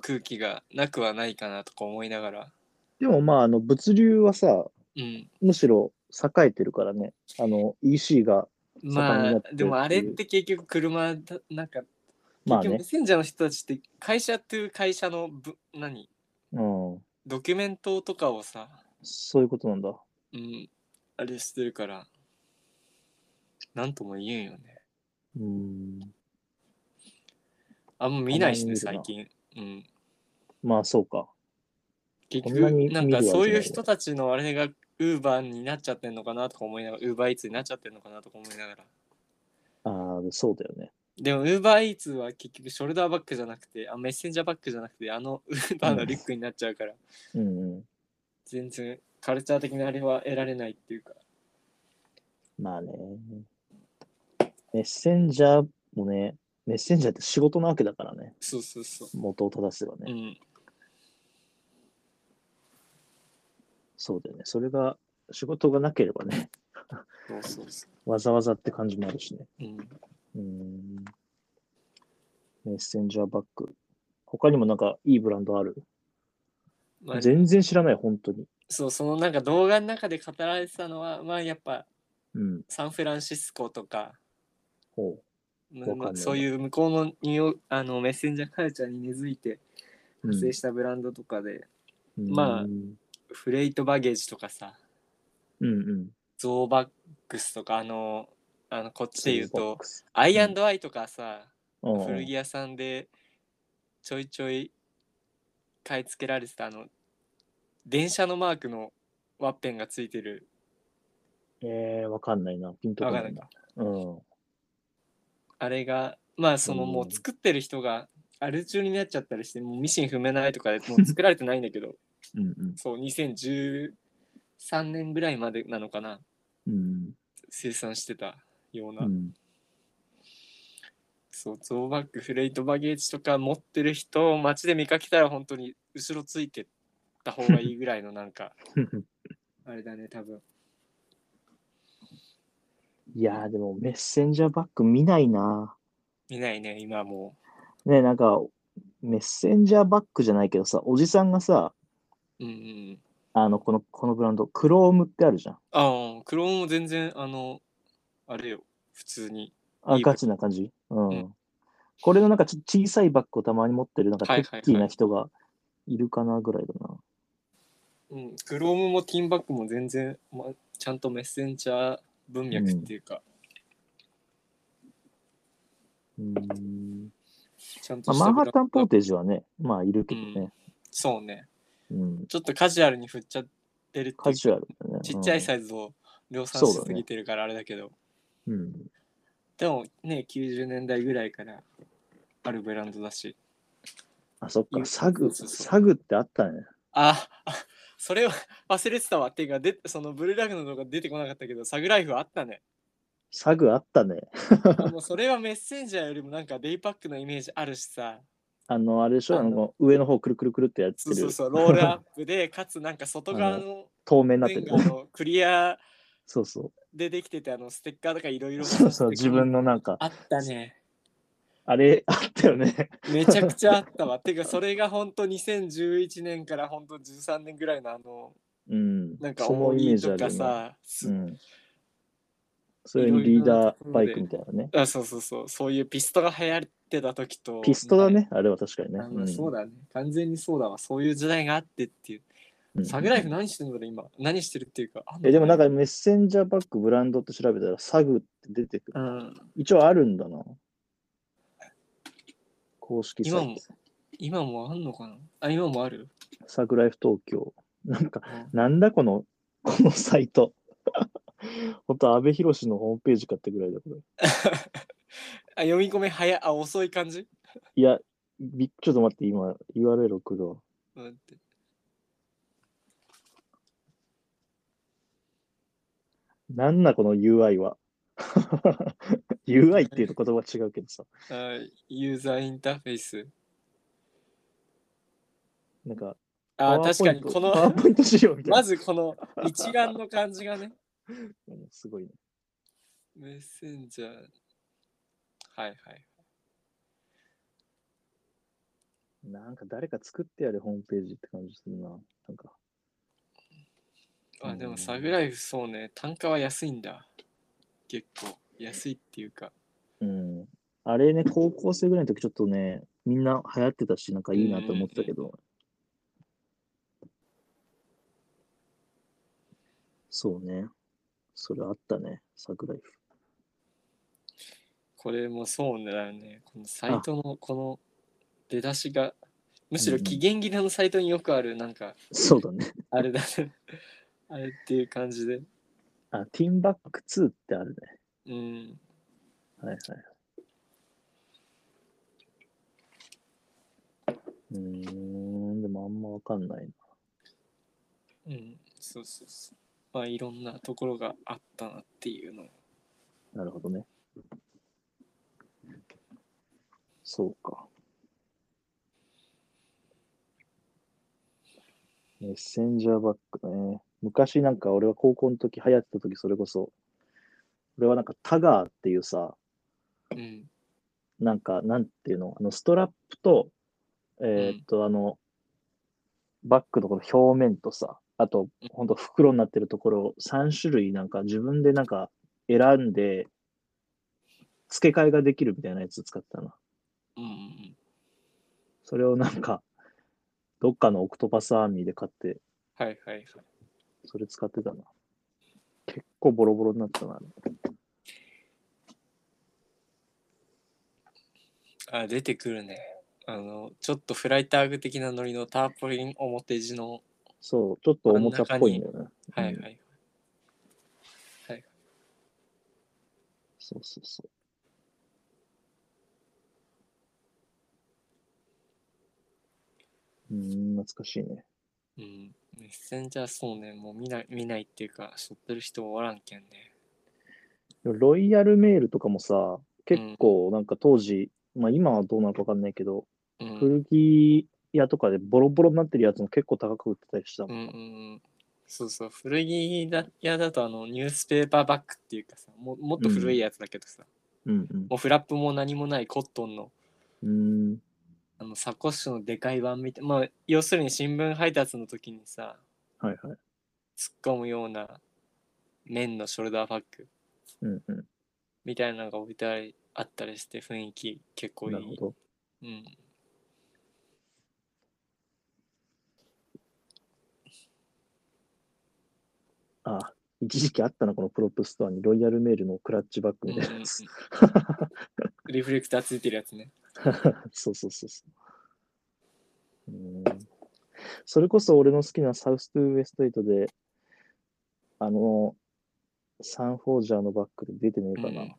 [SPEAKER 1] 空気がなくはないかなとか思いながら、
[SPEAKER 2] でもまあ、あの、物流はさ、
[SPEAKER 1] うん、
[SPEAKER 2] むしろ栄えてるからね。あの、EC が、
[SPEAKER 1] ま
[SPEAKER 2] 盛んにな
[SPEAKER 1] あ
[SPEAKER 2] ってる
[SPEAKER 1] でもあれって結局車だなんか
[SPEAKER 2] まあ
[SPEAKER 1] 結局メッ。
[SPEAKER 2] ね
[SPEAKER 1] センジャーの人たちって会社という会社のぶ何
[SPEAKER 2] うん。
[SPEAKER 1] ドキュメントとかをさ、
[SPEAKER 2] そういうことなんだ。
[SPEAKER 1] うん、あれしてるからなんとも言えんよね
[SPEAKER 2] うん。
[SPEAKER 1] あんま見ないしね
[SPEAKER 2] あんま
[SPEAKER 1] 最
[SPEAKER 2] り見
[SPEAKER 1] 近、うん、
[SPEAKER 2] まあ、そうか。
[SPEAKER 1] 結
[SPEAKER 2] こんな
[SPEAKER 1] 局
[SPEAKER 2] に
[SPEAKER 1] なん
[SPEAKER 2] 見るわ
[SPEAKER 1] か
[SPEAKER 2] けない
[SPEAKER 1] そういう人たちのあれがウーバーになっちゃってんのかなとか思いながらウーバーイーツになっちゃってんのかなとか思いながら
[SPEAKER 2] ああ、そうだよね。
[SPEAKER 1] でもウーバーイーツは結局ショルダーバッグじゃなくてあメッセンジャーバッグじゃなくてあの ウーバーのリュックになっちゃうから
[SPEAKER 2] うんうん。
[SPEAKER 1] 全然カルチャー的なあれは得られないっていうか
[SPEAKER 2] まあね。メッセンジャーもね、メッセンジャーって仕事なわけだからね。
[SPEAKER 1] そうそうそう
[SPEAKER 2] 元を正せばね。
[SPEAKER 1] うん
[SPEAKER 2] そうだよね。それが、仕事がなければね、
[SPEAKER 1] そうそうそ
[SPEAKER 2] わざわざって感じもあるしね。
[SPEAKER 1] う、うん、
[SPEAKER 2] うん。メッセンジャーバッグ。他にもなんかいいブランドある。
[SPEAKER 1] まあ
[SPEAKER 2] 全然知らない、本当に。
[SPEAKER 1] そうそのなんか動画の中で語られてたのはまあやっぱ
[SPEAKER 2] うん。
[SPEAKER 1] サンフランシスコとか
[SPEAKER 2] ほ
[SPEAKER 1] ま
[SPEAKER 2] かんない
[SPEAKER 1] あそういう向こうのニューあのメッセンジャーカルチャーに根付いて
[SPEAKER 2] う。
[SPEAKER 1] 発生したブランドとかで、
[SPEAKER 2] うん
[SPEAKER 1] まあ
[SPEAKER 2] うん
[SPEAKER 1] フレイトバゲージとかさ
[SPEAKER 2] うん。
[SPEAKER 1] ゾーバックスとかあのあのこっちで言う
[SPEAKER 2] ボッ
[SPEAKER 1] と
[SPEAKER 2] クス、
[SPEAKER 1] アイアンドアイとかさ、
[SPEAKER 2] うんうん
[SPEAKER 1] 古着屋さんでちょいちょい買い付けられてたあの電車のマークのワッペンがついてる
[SPEAKER 2] えー、わかんないな。ピンとこ
[SPEAKER 1] わ
[SPEAKER 2] な
[SPEAKER 1] か
[SPEAKER 2] い
[SPEAKER 1] ん
[SPEAKER 2] な。
[SPEAKER 1] ないか
[SPEAKER 2] うん。
[SPEAKER 1] あれがまあそのも
[SPEAKER 2] うん
[SPEAKER 1] う作ってる人がアル中になっちゃったりしてもうミシン踏めないとかでもう作られてないんだけど
[SPEAKER 2] うんうん
[SPEAKER 1] そう2013年ぐらいまでなのかな
[SPEAKER 2] うん
[SPEAKER 1] 生産してたような、
[SPEAKER 2] うん
[SPEAKER 1] そうゾーバッグフレイトバゲージとか持ってる人を街で見かけたら本当に後ろついてった方がいいぐらいのなん かあれだね多分
[SPEAKER 2] いやーでもメッセンジャーバッグ見ないな。
[SPEAKER 1] 見ないね今はも
[SPEAKER 2] ねなんかメッセンジャーバッグじゃないけどさ、おじさんがさ、
[SPEAKER 1] ううんうん
[SPEAKER 2] あの、この、このブランド、クロームってあるじゃん。
[SPEAKER 1] ああクローンも全然あのあれよ普通に
[SPEAKER 2] あ、
[SPEAKER 1] いい
[SPEAKER 2] ガチな感じ。うん。
[SPEAKER 1] うん
[SPEAKER 2] これのなんかちょっと小さいバッグをたまに持ってる、なんか
[SPEAKER 1] はい
[SPEAKER 2] テ
[SPEAKER 1] はいは
[SPEAKER 2] ッ
[SPEAKER 1] い
[SPEAKER 2] キーな人がいるかなぐらいだな。
[SPEAKER 1] うん、クロームもティンバックも全然、ま、ちゃんとメッセンジャー文脈っていうか、
[SPEAKER 2] うん。
[SPEAKER 1] ちゃんと
[SPEAKER 2] ま
[SPEAKER 1] し
[SPEAKER 2] あ、マ
[SPEAKER 1] た
[SPEAKER 2] ン
[SPEAKER 1] ブラ
[SPEAKER 2] ハ
[SPEAKER 1] ン
[SPEAKER 2] ッ
[SPEAKER 1] ド
[SPEAKER 2] タンポーテージはね、まあいるけどね。
[SPEAKER 1] そうね
[SPEAKER 2] うん。
[SPEAKER 1] ちょっとカジュアルに振っちゃってるって
[SPEAKER 2] カ
[SPEAKER 1] いう
[SPEAKER 2] ジュアルだね。
[SPEAKER 1] ちっちゃいサイズを量産し
[SPEAKER 2] そうだ
[SPEAKER 1] す
[SPEAKER 2] ね
[SPEAKER 1] ぎてるからあれだけど
[SPEAKER 2] うん。うん
[SPEAKER 1] でもね90年代ぐらいからあるブランドだし
[SPEAKER 2] あ、そっ
[SPEAKER 1] い
[SPEAKER 2] か、
[SPEAKER 1] う
[SPEAKER 2] サグ、
[SPEAKER 1] そうそう
[SPEAKER 2] サグってあったね。
[SPEAKER 1] ああそれは忘れてたわっていうかでそのブルーラグの動画出てこなかったけどサグライフあったね
[SPEAKER 2] サグあったね。
[SPEAKER 1] でもそれはメッセンジャーよりもなんかデイパックのイメージあるしさ
[SPEAKER 2] あの、あれでしょ、あ
[SPEAKER 1] あの
[SPEAKER 2] の、上の方くるくるくるってやって
[SPEAKER 1] そう
[SPEAKER 2] る。
[SPEAKER 1] そう そうロールアップでかつなんか外側の
[SPEAKER 2] 透明になって
[SPEAKER 1] 面
[SPEAKER 2] る
[SPEAKER 1] があ。のクリア
[SPEAKER 2] そうそ。
[SPEAKER 1] でできててあのステッカーとかいろいうろ
[SPEAKER 2] そうそう、自分のなんか、
[SPEAKER 1] あったね
[SPEAKER 2] あれあったよね。
[SPEAKER 1] めちゃくちゃあったわてかそれがほんと2011年からほんと13年ぐらいのあの
[SPEAKER 2] うん。
[SPEAKER 1] なんか
[SPEAKER 2] その
[SPEAKER 1] 重
[SPEAKER 2] イメー
[SPEAKER 1] り
[SPEAKER 2] ジあ
[SPEAKER 1] と
[SPEAKER 2] る
[SPEAKER 1] か
[SPEAKER 2] よね。
[SPEAKER 1] さす
[SPEAKER 2] うん。それにリーダーバイクみたいなね。
[SPEAKER 1] あそうそうそうそういうピストが流行ってた時と
[SPEAKER 2] ピストだね、あれは確かにね。
[SPEAKER 1] あまあ
[SPEAKER 2] ん
[SPEAKER 1] そうだね完全にそうだわそういう時代があってっていう
[SPEAKER 2] うん
[SPEAKER 1] サグライフ何してんだろう今何してるっていうかあ
[SPEAKER 2] えでもなん
[SPEAKER 1] か
[SPEAKER 2] かメッセンジャーバッグブランドって調べたらサグって出てく
[SPEAKER 1] う
[SPEAKER 2] る。
[SPEAKER 1] ん
[SPEAKER 2] 一応あるんだな。公式サ
[SPEAKER 1] 今
[SPEAKER 2] イ
[SPEAKER 1] も
[SPEAKER 2] ト。
[SPEAKER 1] 今もあんのかなあ今もある
[SPEAKER 2] サグライフ東京。なんか、
[SPEAKER 1] うん
[SPEAKER 2] なんだこの、 このサイト。 ほんと、安倍博士のホームページかってぐらいだ、これ。
[SPEAKER 1] あ読み込め早あ遅い感じ
[SPEAKER 2] いや、びちょっと待って、今、URL 送るわ。
[SPEAKER 1] 待って
[SPEAKER 2] なんだこの UI は。UI っていうと言葉違うけどさ。
[SPEAKER 1] あユーザーインターフェース
[SPEAKER 2] なんか、
[SPEAKER 1] あ
[SPEAKER 2] パワ
[SPEAKER 1] 確
[SPEAKER 2] ーポイ
[SPEAKER 1] か
[SPEAKER 2] ン
[SPEAKER 1] に
[SPEAKER 2] ト
[SPEAKER 1] こ
[SPEAKER 2] パワ
[SPEAKER 1] の
[SPEAKER 2] ーポイント資料みたいな。
[SPEAKER 1] まずこの一覧の感じがね。
[SPEAKER 2] うんすごいね。
[SPEAKER 1] メッセンジャー。はいはい。
[SPEAKER 2] なんか誰か作ってやるホームページって感じするな。なんか。
[SPEAKER 1] あ、で
[SPEAKER 2] うん
[SPEAKER 1] もサグライフそうね、単価は安いんだ。結構、安いっていうか。
[SPEAKER 2] うん。あれね、高校生ぐらいの時ちょっとね、みんな流行ってたし、なんかいいなと思ってたけど。そうね。それあったね、サグライフ。
[SPEAKER 1] これもそうだよね。このサイトのこの出だしが、むしろ期限切れのサイトによくある、なんか、
[SPEAKER 2] そうだね。
[SPEAKER 1] あれだね。 あれっていう感じで。
[SPEAKER 2] あ、ティンバック2ってあるね。
[SPEAKER 1] うん。
[SPEAKER 2] はいはい。うーん、でもあんまわかんないな。
[SPEAKER 1] うん。そうそうそう。まあ、いろんなところがあったなっていうの。
[SPEAKER 2] なるほどね。そうか。メッセンジャーバックね。昔なんか俺は高校の時流行ってた時それこそ、俺はなんかタガーっていうさ、
[SPEAKER 1] うん。
[SPEAKER 2] なんかなんていうの、あのストラップと、えーっと、あの、バッグのこの表面とさ、あと
[SPEAKER 1] うん、
[SPEAKER 2] ほんと袋になってるところ3種類なんか自分でなんか選んで、付け替えができるみたいなやつ使ってたな。
[SPEAKER 1] うんうんうん。
[SPEAKER 2] それをなんか、どっかのオクトパスアーミーで買って、
[SPEAKER 1] はいはいはい。
[SPEAKER 2] それ使ってたな。結構ボロボロになったな。
[SPEAKER 1] あ、出てくるね。あの、ちょっとフライターグ的なノリのターポリン表地の。
[SPEAKER 2] そう、ちょっとおもちゃっぽいんだよね。
[SPEAKER 1] は
[SPEAKER 2] う
[SPEAKER 1] い
[SPEAKER 2] ん
[SPEAKER 1] はい。
[SPEAKER 2] そうそうそう。うーん、懐かしいね。
[SPEAKER 1] うん。メッセンジャーそうね、もう見ない、見ないっていうか、しょってる人おらんけんね。
[SPEAKER 2] でもロイヤルメールとかもさ、結構なんか当時、まあ今はどうなのかわかんないけど、
[SPEAKER 1] うん。うん
[SPEAKER 2] 古着屋とかでボロボロになってるやつも結構高く売ってたりした
[SPEAKER 1] う
[SPEAKER 2] もん。
[SPEAKER 1] んうん。そうそう、古着だ屋だとあの、ニュースペーパーバッグっていうかさ、ももっと古いやつだけどさ、
[SPEAKER 2] うんうん
[SPEAKER 1] もうフラップも何もないコットンの、
[SPEAKER 2] うーん。
[SPEAKER 1] あの、サコッシュのでかい版みたいまあ、要するに新聞配達の時にさ、
[SPEAKER 2] はい
[SPEAKER 1] 突
[SPEAKER 2] はい。
[SPEAKER 1] っ込むような面のショルダーバッグ
[SPEAKER 2] うんうん。
[SPEAKER 1] みたいなのが置いてありあったりして雰囲気結構い
[SPEAKER 2] なるほ
[SPEAKER 1] い。
[SPEAKER 2] ど。
[SPEAKER 1] うん、
[SPEAKER 2] あ、一時期あったな、このプロップストアにロイヤルメールのクラッチバッグみたいな やつ。
[SPEAKER 1] リフレクターついてるやつね。
[SPEAKER 2] そうそうそうそう。うんそれこそ俺の好きなサウス・トゥ・ウエスト・エイトで、あの、サン・フォージャーのバッグで出てねえかな。
[SPEAKER 1] うん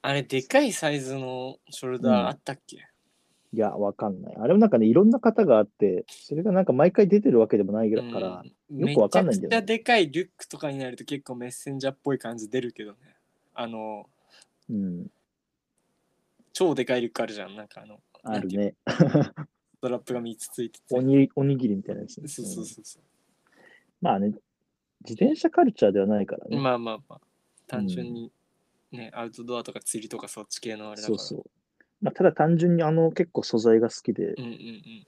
[SPEAKER 1] あれでかいサイズのショルダーあったっけ、
[SPEAKER 2] いや、わかんない。あれもなんかね、いろんな方があって、それがなんか毎回出てるわけでもないから、
[SPEAKER 1] うん
[SPEAKER 2] よくわかんないんだ
[SPEAKER 1] めちゃ
[SPEAKER 2] よね
[SPEAKER 1] くちゃでかいリュックとかになると結構メッセンジャーっぽい感じ出るけどね。あの、
[SPEAKER 2] うん、
[SPEAKER 1] 超でかいリュックあるじゃん。なんかあの、
[SPEAKER 2] あ
[SPEAKER 1] なん
[SPEAKER 2] る
[SPEAKER 1] ていうの
[SPEAKER 2] ね。
[SPEAKER 1] ストラップが3つついてて。
[SPEAKER 2] おにおにぎりみたいなやつ、ね。
[SPEAKER 1] そうそう
[SPEAKER 2] うん
[SPEAKER 1] そうそう。
[SPEAKER 2] まあね、自転車カルチャーではないからね。
[SPEAKER 1] まあまあまあ、単純にね、アウトドアとか釣りとかそっち系のあれだか
[SPEAKER 2] そ
[SPEAKER 1] ら。
[SPEAKER 2] うそう。まあ、ただ単純にあの結構素材が好きで、
[SPEAKER 1] うんうん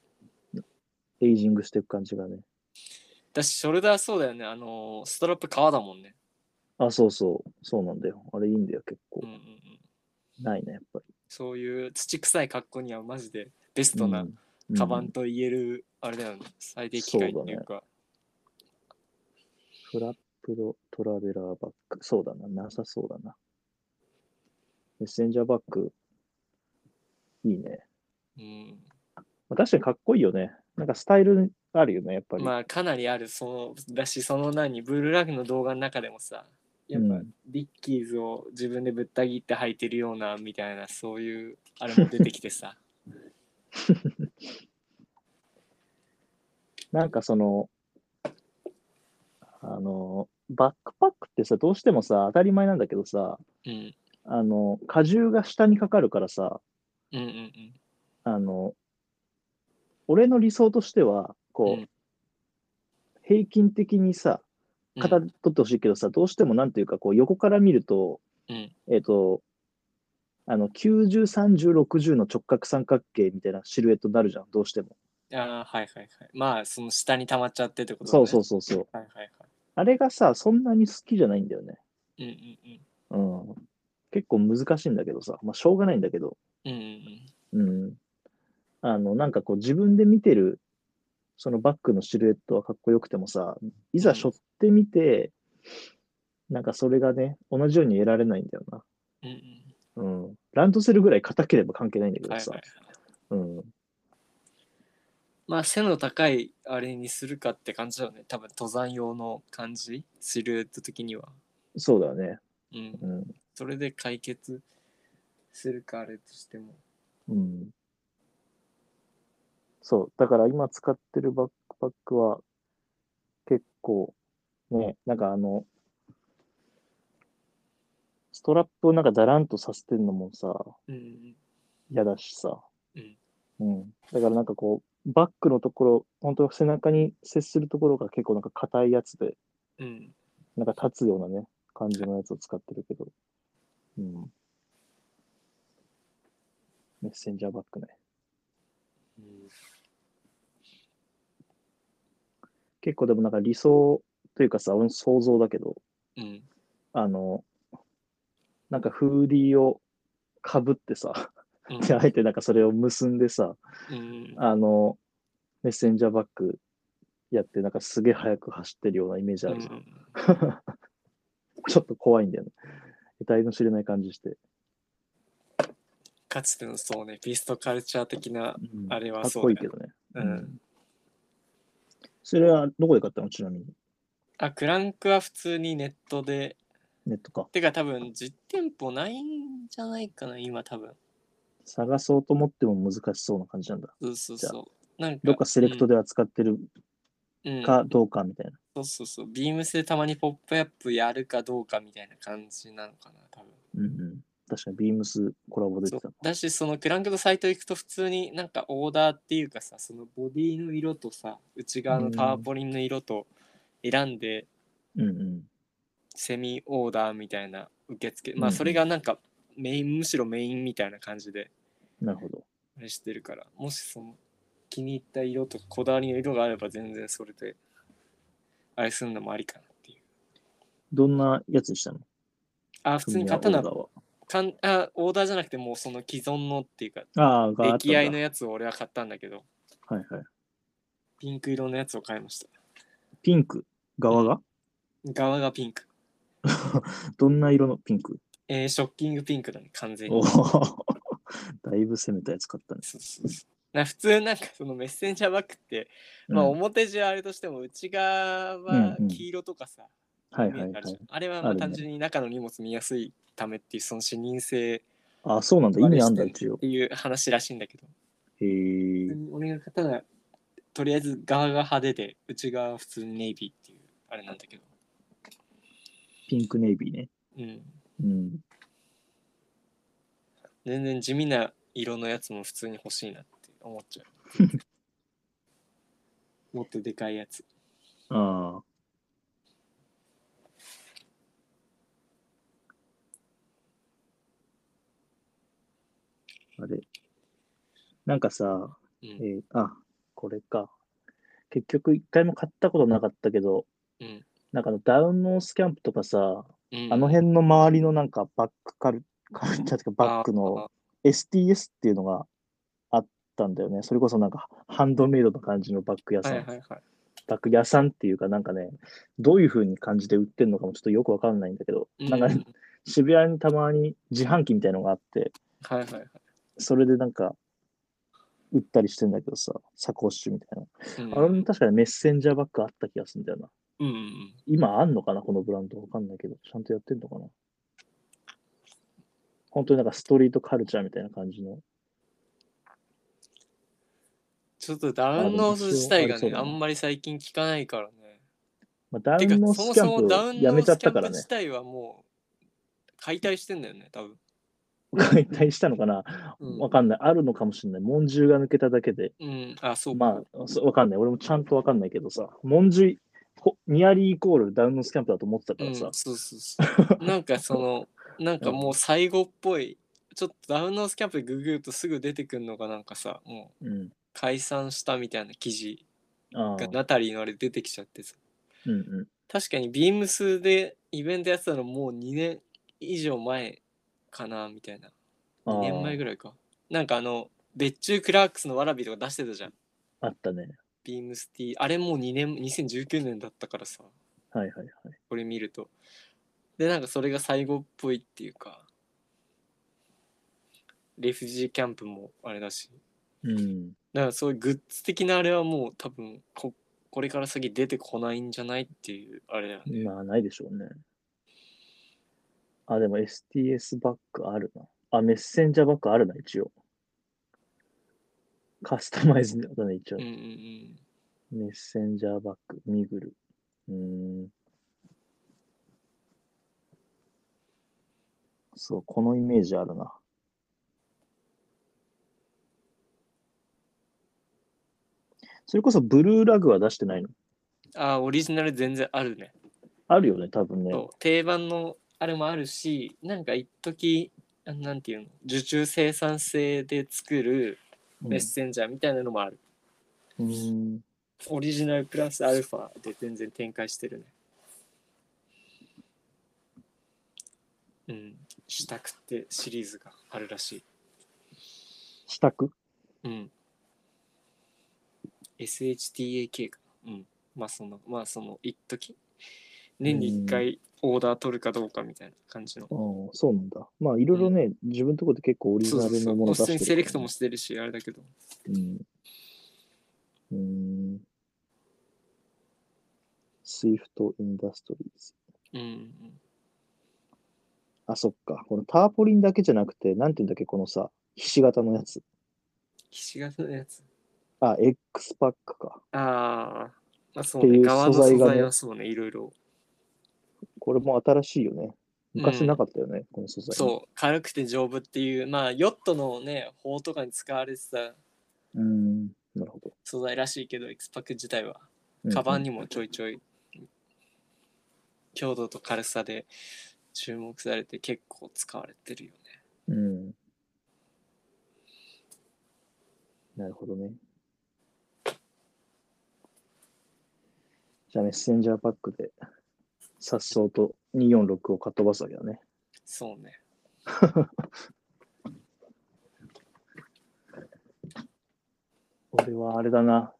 [SPEAKER 1] うん。
[SPEAKER 2] エイジングしていく感じがね。
[SPEAKER 1] だし、ショルダーそうだよね。あのー、ストラップ革だもんね。
[SPEAKER 2] あ、そうそう。そうなんだよ。あれいいんだよ、結構
[SPEAKER 1] うん。うんうん。
[SPEAKER 2] ないね、やっぱ
[SPEAKER 1] そういう土臭い格好にはマジでベス
[SPEAKER 2] り。
[SPEAKER 1] トな
[SPEAKER 2] うん
[SPEAKER 1] カバ
[SPEAKER 2] う
[SPEAKER 1] ン
[SPEAKER 2] ん
[SPEAKER 1] と言える、あれだよね。最適解っていうか。
[SPEAKER 2] フラップドトラベラーバッグ。そうだな。なさそうだな。メッセンジャーバッグ。いいね。まあ確かにかっこいいよね。なんかスタイルあるよね、やっぱ
[SPEAKER 1] うん、
[SPEAKER 2] り。
[SPEAKER 1] まあかなりあるそのだしその何ブルーラグの動画の中でもさやっ
[SPEAKER 2] う
[SPEAKER 1] ぱ
[SPEAKER 2] ん
[SPEAKER 1] リッキーズを自分でぶった切って履いてるようなみたいなそういうあれも出てきて さ
[SPEAKER 2] なんかその、あの、バックパックってさ、どうしてもさ、当たり前なんだけどさ、
[SPEAKER 1] うん
[SPEAKER 2] あの、荷重が下にかかるからさ、
[SPEAKER 1] うんうんうん
[SPEAKER 2] あの、俺の理想としては、こう、
[SPEAKER 1] うん
[SPEAKER 2] 平均的にさ、
[SPEAKER 1] うん
[SPEAKER 2] 型取ってほしいけどさ、どうしてもなんていうか、こう、横から見ると、
[SPEAKER 1] うん
[SPEAKER 2] えっ、と、あの、90、30、60の直角三角形みたいなシルエットになるじゃん、どうしても。
[SPEAKER 1] ああ、はいはいはい。まあ、その下に溜まっちゃってってことだ
[SPEAKER 2] そ
[SPEAKER 1] ね。
[SPEAKER 2] うそうそうそう。
[SPEAKER 1] はいはいは
[SPEAKER 2] あれがさ、そんなに好きじゃないんだよね。
[SPEAKER 1] い。うんうん
[SPEAKER 2] うん。結構難しいんだけどさ、まあ、しょうがないんだけど、
[SPEAKER 1] うん。うんうん
[SPEAKER 2] うん。あの、なんかこう自分で見てる、そのバッグのシルエットはかっこよくてもさ、いざ背負ってみて、なんかそれがね、同じように得られないんだよな。
[SPEAKER 1] うん。うんうん
[SPEAKER 2] うん。ランドセルぐらい硬ければ関係ないんだけ
[SPEAKER 1] は
[SPEAKER 2] ど
[SPEAKER 1] い
[SPEAKER 2] さ
[SPEAKER 1] はい。はい。
[SPEAKER 2] うん。
[SPEAKER 1] まあ、背の高いあれにするかって感じだよね。多分、登山用の感じ、シルエット的には。
[SPEAKER 2] そうだね。
[SPEAKER 1] うん。
[SPEAKER 2] うん。
[SPEAKER 1] それで解決するか、あれとしても。
[SPEAKER 2] うん。そう。だから今使ってるバックパックは結構ね、なんかあの、ストラップをなんかだらんとさせてるのもさ、
[SPEAKER 1] うんうん。
[SPEAKER 2] 嫌だしさ。
[SPEAKER 1] うん
[SPEAKER 2] うん。だからなんかこう、バックのところ、本当背中に接するところが結構なんか硬いやつで、
[SPEAKER 1] うん。
[SPEAKER 2] なんか立つようなね、感じのやつを使ってるけど。うん。メッセンジャーバッグね。
[SPEAKER 1] うん
[SPEAKER 2] 結構でもなんか理想というかさ、俺の想像だけど、
[SPEAKER 1] うん。
[SPEAKER 2] あの、なんかフーディーをかぶってさ、
[SPEAKER 1] うん
[SPEAKER 2] であえてなんかそれを結んでさ、
[SPEAKER 1] うん
[SPEAKER 2] あの、メッセンジャーバックやって、なんかすげえ速く走ってるようなイメージあるじゃん。ちょっと怖いんだよね。得体の知れない感じして。
[SPEAKER 1] かつてのそうね、ビーストカルチャー的な、
[SPEAKER 2] うん
[SPEAKER 1] あれは
[SPEAKER 2] かっ
[SPEAKER 1] そ
[SPEAKER 2] こ
[SPEAKER 1] う
[SPEAKER 2] いい
[SPEAKER 1] だ
[SPEAKER 2] け
[SPEAKER 1] よ
[SPEAKER 2] どね。
[SPEAKER 1] う
[SPEAKER 2] うん
[SPEAKER 1] ん。
[SPEAKER 2] それはどこで買ったのちなみに。
[SPEAKER 1] あ、クランクは普通にネットで、
[SPEAKER 2] ネットか。
[SPEAKER 1] てか多分実店舗ないんじゃないかな、今多分。
[SPEAKER 2] 探そうと思っても難しそうな感じなんだ。
[SPEAKER 1] そうそう
[SPEAKER 2] じゃ
[SPEAKER 1] そう。なんか、
[SPEAKER 2] どっかセレクトで扱ってる
[SPEAKER 1] うん、うん
[SPEAKER 2] かどうかみたいな。
[SPEAKER 1] そうそうそう。ビームスでたまにポップアップやるかどうかみたいな感じなのかな、多分。
[SPEAKER 2] うんうん。確かにビームスコラボ出
[SPEAKER 1] そ
[SPEAKER 2] てた
[SPEAKER 1] う。だし、そのクランクのサイト行くと普通になんかオーダーっていうかさ、そのボディの色とさ、内側のターポリンの色と選んで、
[SPEAKER 2] うんうん。
[SPEAKER 1] セミオーダーみたいな受付、まあ
[SPEAKER 2] うんうん
[SPEAKER 1] それがなんかメイン、むしろメインみたいな感じで
[SPEAKER 2] なるほど。
[SPEAKER 1] あれしてるから、もしその気に入った色とかこだわりの色があれば全然それで、あれするのもありかなっていう。
[SPEAKER 2] どんなやつでしたの
[SPEAKER 1] あ、普通に
[SPEAKER 2] 組み合
[SPEAKER 1] 刀
[SPEAKER 2] わせは
[SPEAKER 1] かんあ、オーダーじゃなくてもうその既存のっていうか、
[SPEAKER 2] ああ、があった
[SPEAKER 1] 出
[SPEAKER 2] んだ
[SPEAKER 1] 来合いのやつを俺は買ったんだけど、
[SPEAKER 2] はいはい。
[SPEAKER 1] ピンク色のやつを買いました。
[SPEAKER 2] ピンク。側が、
[SPEAKER 1] 側がピンク。
[SPEAKER 2] どんな色のピンク
[SPEAKER 1] えーショッキングピンクだね、完全
[SPEAKER 2] お
[SPEAKER 1] に。
[SPEAKER 2] お。 だいぶ攻めたやつ買ったね。
[SPEAKER 1] そうそうそうな普通なんかそのメッセンジャーバッグって、まあ
[SPEAKER 2] うん
[SPEAKER 1] 表地はあれとしても内側は黄色とかさ、
[SPEAKER 2] はい
[SPEAKER 1] イ
[SPEAKER 2] は
[SPEAKER 1] メージあ
[SPEAKER 2] いは
[SPEAKER 1] るじゃ
[SPEAKER 2] い
[SPEAKER 1] ん。あれはま
[SPEAKER 2] あ
[SPEAKER 1] あ
[SPEAKER 2] るね
[SPEAKER 1] 単純に中の荷物見やすいためっていうその視認性
[SPEAKER 2] ああ、そうなんだ。意味あんだ、
[SPEAKER 1] 割れして
[SPEAKER 2] 一
[SPEAKER 1] るっ
[SPEAKER 2] 応。
[SPEAKER 1] ていう話らしいんだけど、
[SPEAKER 2] へえ
[SPEAKER 1] 普通。に俺が買ったのはとりあえず側が派手で内側は普通にネイビーっていうあれなんだけど、
[SPEAKER 2] ピンクネイビーね。
[SPEAKER 1] うん、
[SPEAKER 2] うん。
[SPEAKER 1] 全然地味な色のやつも普通に欲しいなって思っ ちゃう。もっとでかいやつ。
[SPEAKER 2] ああ。あれ。なんかさ、
[SPEAKER 1] う
[SPEAKER 2] え
[SPEAKER 1] ん
[SPEAKER 2] ーあ、これか。結局一回も買ったことなかったけど、
[SPEAKER 1] うん
[SPEAKER 2] なんかあのダウンノースキャンプとかさ、
[SPEAKER 1] うん
[SPEAKER 2] あの辺の周りのなんかバックカル、カルチャーっていうかバックの STS っていうのがあったんだよね。それこそなんかハンドメイドな感じのバッグ屋
[SPEAKER 1] あー
[SPEAKER 2] さ
[SPEAKER 1] は
[SPEAKER 2] ん
[SPEAKER 1] い。はいはい。
[SPEAKER 2] バック屋さんっていうかなんかね、どういう風に感じで売ってるのかもちょっとよくわかんないんだけど、
[SPEAKER 1] うん
[SPEAKER 2] なんかね渋谷にたまに自販機みたいのがあって、
[SPEAKER 1] はいはいはい。
[SPEAKER 2] それでなんか売ったりしてんだけどさ、サコッシュみたいな。
[SPEAKER 1] うん
[SPEAKER 2] あれも確かにメッセンジャーバッグあった気がするんだよな。
[SPEAKER 1] うんうんうん。
[SPEAKER 2] 今あんのかなこのブランドわかんないけど、ちゃんとやってんのかな本当になんかストリートカルチャーみたいな感じの。
[SPEAKER 1] ちょっとダウンノース自体が
[SPEAKER 2] あでも一応ありそう
[SPEAKER 1] ね、
[SPEAKER 2] だ
[SPEAKER 1] あ
[SPEAKER 2] なん
[SPEAKER 1] まり最近聞かないからね。
[SPEAKER 2] まあ、ダウ
[SPEAKER 1] てか、
[SPEAKER 2] ンの
[SPEAKER 1] そ
[SPEAKER 2] ス
[SPEAKER 1] も
[SPEAKER 2] キ
[SPEAKER 1] そ
[SPEAKER 2] ャン
[SPEAKER 1] もダウ
[SPEAKER 2] プ
[SPEAKER 1] ン
[SPEAKER 2] や
[SPEAKER 1] ノ
[SPEAKER 2] め
[SPEAKER 1] ー
[SPEAKER 2] ちゃ
[SPEAKER 1] ス
[SPEAKER 2] っ
[SPEAKER 1] キャ
[SPEAKER 2] た
[SPEAKER 1] ン
[SPEAKER 2] か
[SPEAKER 1] プ
[SPEAKER 2] らね
[SPEAKER 1] 自。体はもう解体してんだよね、多分。
[SPEAKER 2] 解体したのかな
[SPEAKER 1] うん
[SPEAKER 2] わかんない。あるのかもしれない。文獣が抜けただけで。
[SPEAKER 1] うん、あ、そうか。
[SPEAKER 2] まあ、そうわかんない。俺もちゃんとわかんないけどさ、モンジュイほニアリーイコールダウンのスキャンプだと思ってたか
[SPEAKER 1] う
[SPEAKER 2] ら
[SPEAKER 1] ん、
[SPEAKER 2] さ
[SPEAKER 1] そ、うそうそう。なんかその、なんかもう最後っぽいちょっとダウンノースキャンプでググるとすぐ出てくるのがなんかさもう
[SPEAKER 2] うん。
[SPEAKER 1] 解散したみたいな記事
[SPEAKER 2] あ
[SPEAKER 1] が
[SPEAKER 2] あ。
[SPEAKER 1] ナタリーのあれ出てきちゃってさ
[SPEAKER 2] うんうん。
[SPEAKER 1] 確かにビームスでイベントやってたのもう2年以上前かなみたいな
[SPEAKER 2] ああ
[SPEAKER 1] 2年前ぐらいかなんかあの別注クラークスのわらびとか出してたじゃん
[SPEAKER 2] あったね。
[SPEAKER 1] ビームスティあれもう2年2019年だったからさ
[SPEAKER 2] はいはいはい。
[SPEAKER 1] これ見るとでなんかそれが最後っぽいっていうかレフュージーキャンプもあれだし
[SPEAKER 2] うん。
[SPEAKER 1] だからそういうグッズ的なあれはもう多分ここれから先出てこないんじゃないっていうあれだよね
[SPEAKER 2] まあ、ないでしょうね。あ、でも STS バッグあるな。あ、メッセンジャーバッグあるな、一応。カスタマイズだね、一応
[SPEAKER 1] うん。うんうん
[SPEAKER 2] メッセンジャーバッグ、ミグル。うーん。そう、このイメージあるな。それこそブルーラグは出してないの
[SPEAKER 1] あーオリジナル全然あるね
[SPEAKER 2] あるよね、多分ね。
[SPEAKER 1] そう定番のあれもあるしなんか一時あのなんていうの受注生産性で作る
[SPEAKER 2] うん
[SPEAKER 1] メッセンジャーみたいなのもある、
[SPEAKER 2] うーん。
[SPEAKER 1] オリジナルプラスアルファで全然展開してるねうんしたくってシリーズがあるらし
[SPEAKER 2] 支度
[SPEAKER 1] いうん SHTAK かなうんまあそのまあその一時年に1回オーダー取るかどうかみたいな感じの
[SPEAKER 2] うん、そうなんだ。まあ、いろいろね、自分のところで結構オリジ
[SPEAKER 1] そう
[SPEAKER 2] ナ
[SPEAKER 1] そう
[SPEAKER 2] ル
[SPEAKER 1] そ
[SPEAKER 2] の
[SPEAKER 1] う
[SPEAKER 2] もの
[SPEAKER 1] 普
[SPEAKER 2] 出し
[SPEAKER 1] 通に
[SPEAKER 2] てるからね、
[SPEAKER 1] セレクトもしてるしあれだけど
[SPEAKER 2] うん。うーん。スイフトインダストリーズ。
[SPEAKER 1] うんうん
[SPEAKER 2] あ、そっか。このターポリンだけじゃなくて、なんていうんだっけ、このさ、ひし形のやつ。
[SPEAKER 1] ひし形のやつ
[SPEAKER 2] あ、X パックか。
[SPEAKER 1] あーまあそう
[SPEAKER 2] って
[SPEAKER 1] ね
[SPEAKER 2] いう
[SPEAKER 1] 側の
[SPEAKER 2] 素材
[SPEAKER 1] 素
[SPEAKER 2] がね
[SPEAKER 1] 材はそうねいろいろ
[SPEAKER 2] これも新しいよね。昔なかったよね、この素材。
[SPEAKER 1] そう軽くて丈夫っていうまあヨットのね砲とかに使われてた
[SPEAKER 2] う。うん。なるほど。
[SPEAKER 1] 素材らしいけどエクスパック自体は
[SPEAKER 2] うん
[SPEAKER 1] カバンにもちょいちょい強度と軽さで注目されて結構使われてるよね
[SPEAKER 2] うん。なるほどね。じゃあ、メッセンジャーパックで、さっそうと246をかっ飛ばすわけだね。
[SPEAKER 1] そうね
[SPEAKER 2] 俺はあれだな。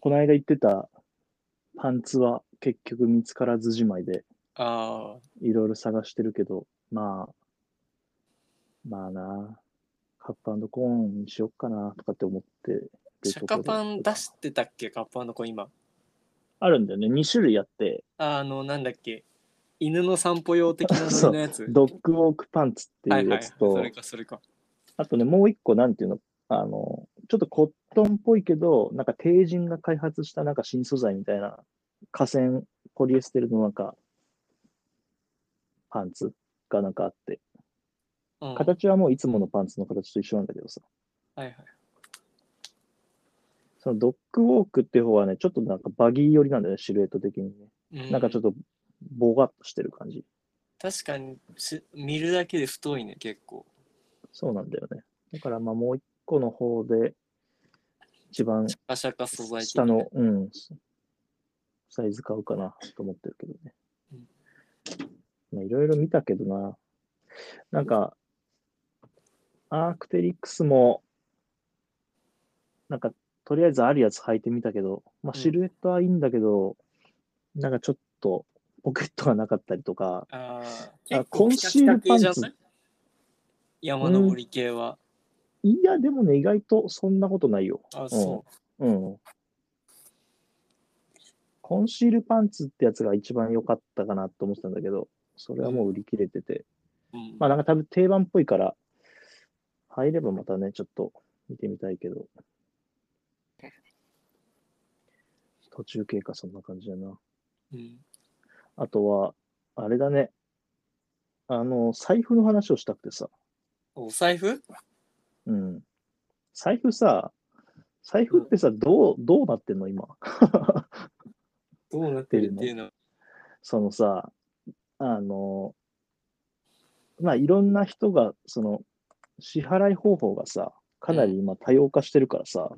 [SPEAKER 2] この間言ってたパンツは結局見つからずじまいで、
[SPEAKER 1] ああ
[SPEAKER 2] いろいろ探してるけど、まあ、まあな、カップコーンにしよっかなとかって思ってる
[SPEAKER 1] シャ
[SPEAKER 2] とこ
[SPEAKER 1] カ
[SPEAKER 2] ろ
[SPEAKER 1] パン出してたっけカッパンの子今
[SPEAKER 2] あるんだよね。2種類あって、
[SPEAKER 1] あの、なんだっけ、犬の散歩用的なノリのやつ。
[SPEAKER 2] ドッグウォークパンツって
[SPEAKER 1] はいいうはい
[SPEAKER 2] や
[SPEAKER 1] はい、
[SPEAKER 2] つと、
[SPEAKER 1] それかそれか。
[SPEAKER 2] あとね、もう一個、なんていうの、あの、ちょっとコットンっぽいけど、なんか帝人が開発したなんか新素材みたいな、河川ポリエステルのなんか、パンツがなんかあって、
[SPEAKER 1] うん、はい
[SPEAKER 2] 形はもういつものパンツの形と一緒なんだけどさ、
[SPEAKER 1] はい。
[SPEAKER 2] そのドッグウォークって方はね、ちょっとなんかバギー寄りなんだよね、シルエット的にね。
[SPEAKER 1] う
[SPEAKER 2] なんかちょっと、ボガッとしてる感じ。
[SPEAKER 1] 確かにし見るだけで太いね、結構。
[SPEAKER 2] そうなんだよね。だからまあもう一個の方で、一番
[SPEAKER 1] シャカシャカ素材的
[SPEAKER 2] 下
[SPEAKER 1] な
[SPEAKER 2] の、うん、サイズ買うかなと思ってるけどね
[SPEAKER 1] うん。
[SPEAKER 2] まあいろいろ見たけどな。なんか、アークテリックスも、なんか、とりあえずあるやつ履いてみたけど、まあ、
[SPEAKER 1] うん
[SPEAKER 2] シルエットはいいんだけど、なんかちょっとポケットがなかったりとか、
[SPEAKER 1] ああ、
[SPEAKER 2] あ
[SPEAKER 1] 結構
[SPEAKER 2] コンシールパンツ
[SPEAKER 1] ピカピカ系じゃない山登り系は。
[SPEAKER 2] いや、でもね、意外とそんなことないよ。
[SPEAKER 1] あそ
[SPEAKER 2] うん。コンシールパンツってやつが一番良かったかなと思ってたんだけど、それはもう売り切れてて、
[SPEAKER 1] う。うん
[SPEAKER 2] まあなんか多分定番っぽいから、入ればまたね、ちょっと見てみたいけど。途中経過そんな感じだな。
[SPEAKER 1] うん
[SPEAKER 2] あとは、あれだね。あの、財布の話をしたくてさ。
[SPEAKER 1] お財布
[SPEAKER 2] うん。財布さ、財布ってさ、どう、どうなってんの今。
[SPEAKER 1] どうなってるっていうの。
[SPEAKER 2] そのさ、あの、まあいろんな人が、その、支払い方法がさ、かなり今多様化してるからさ、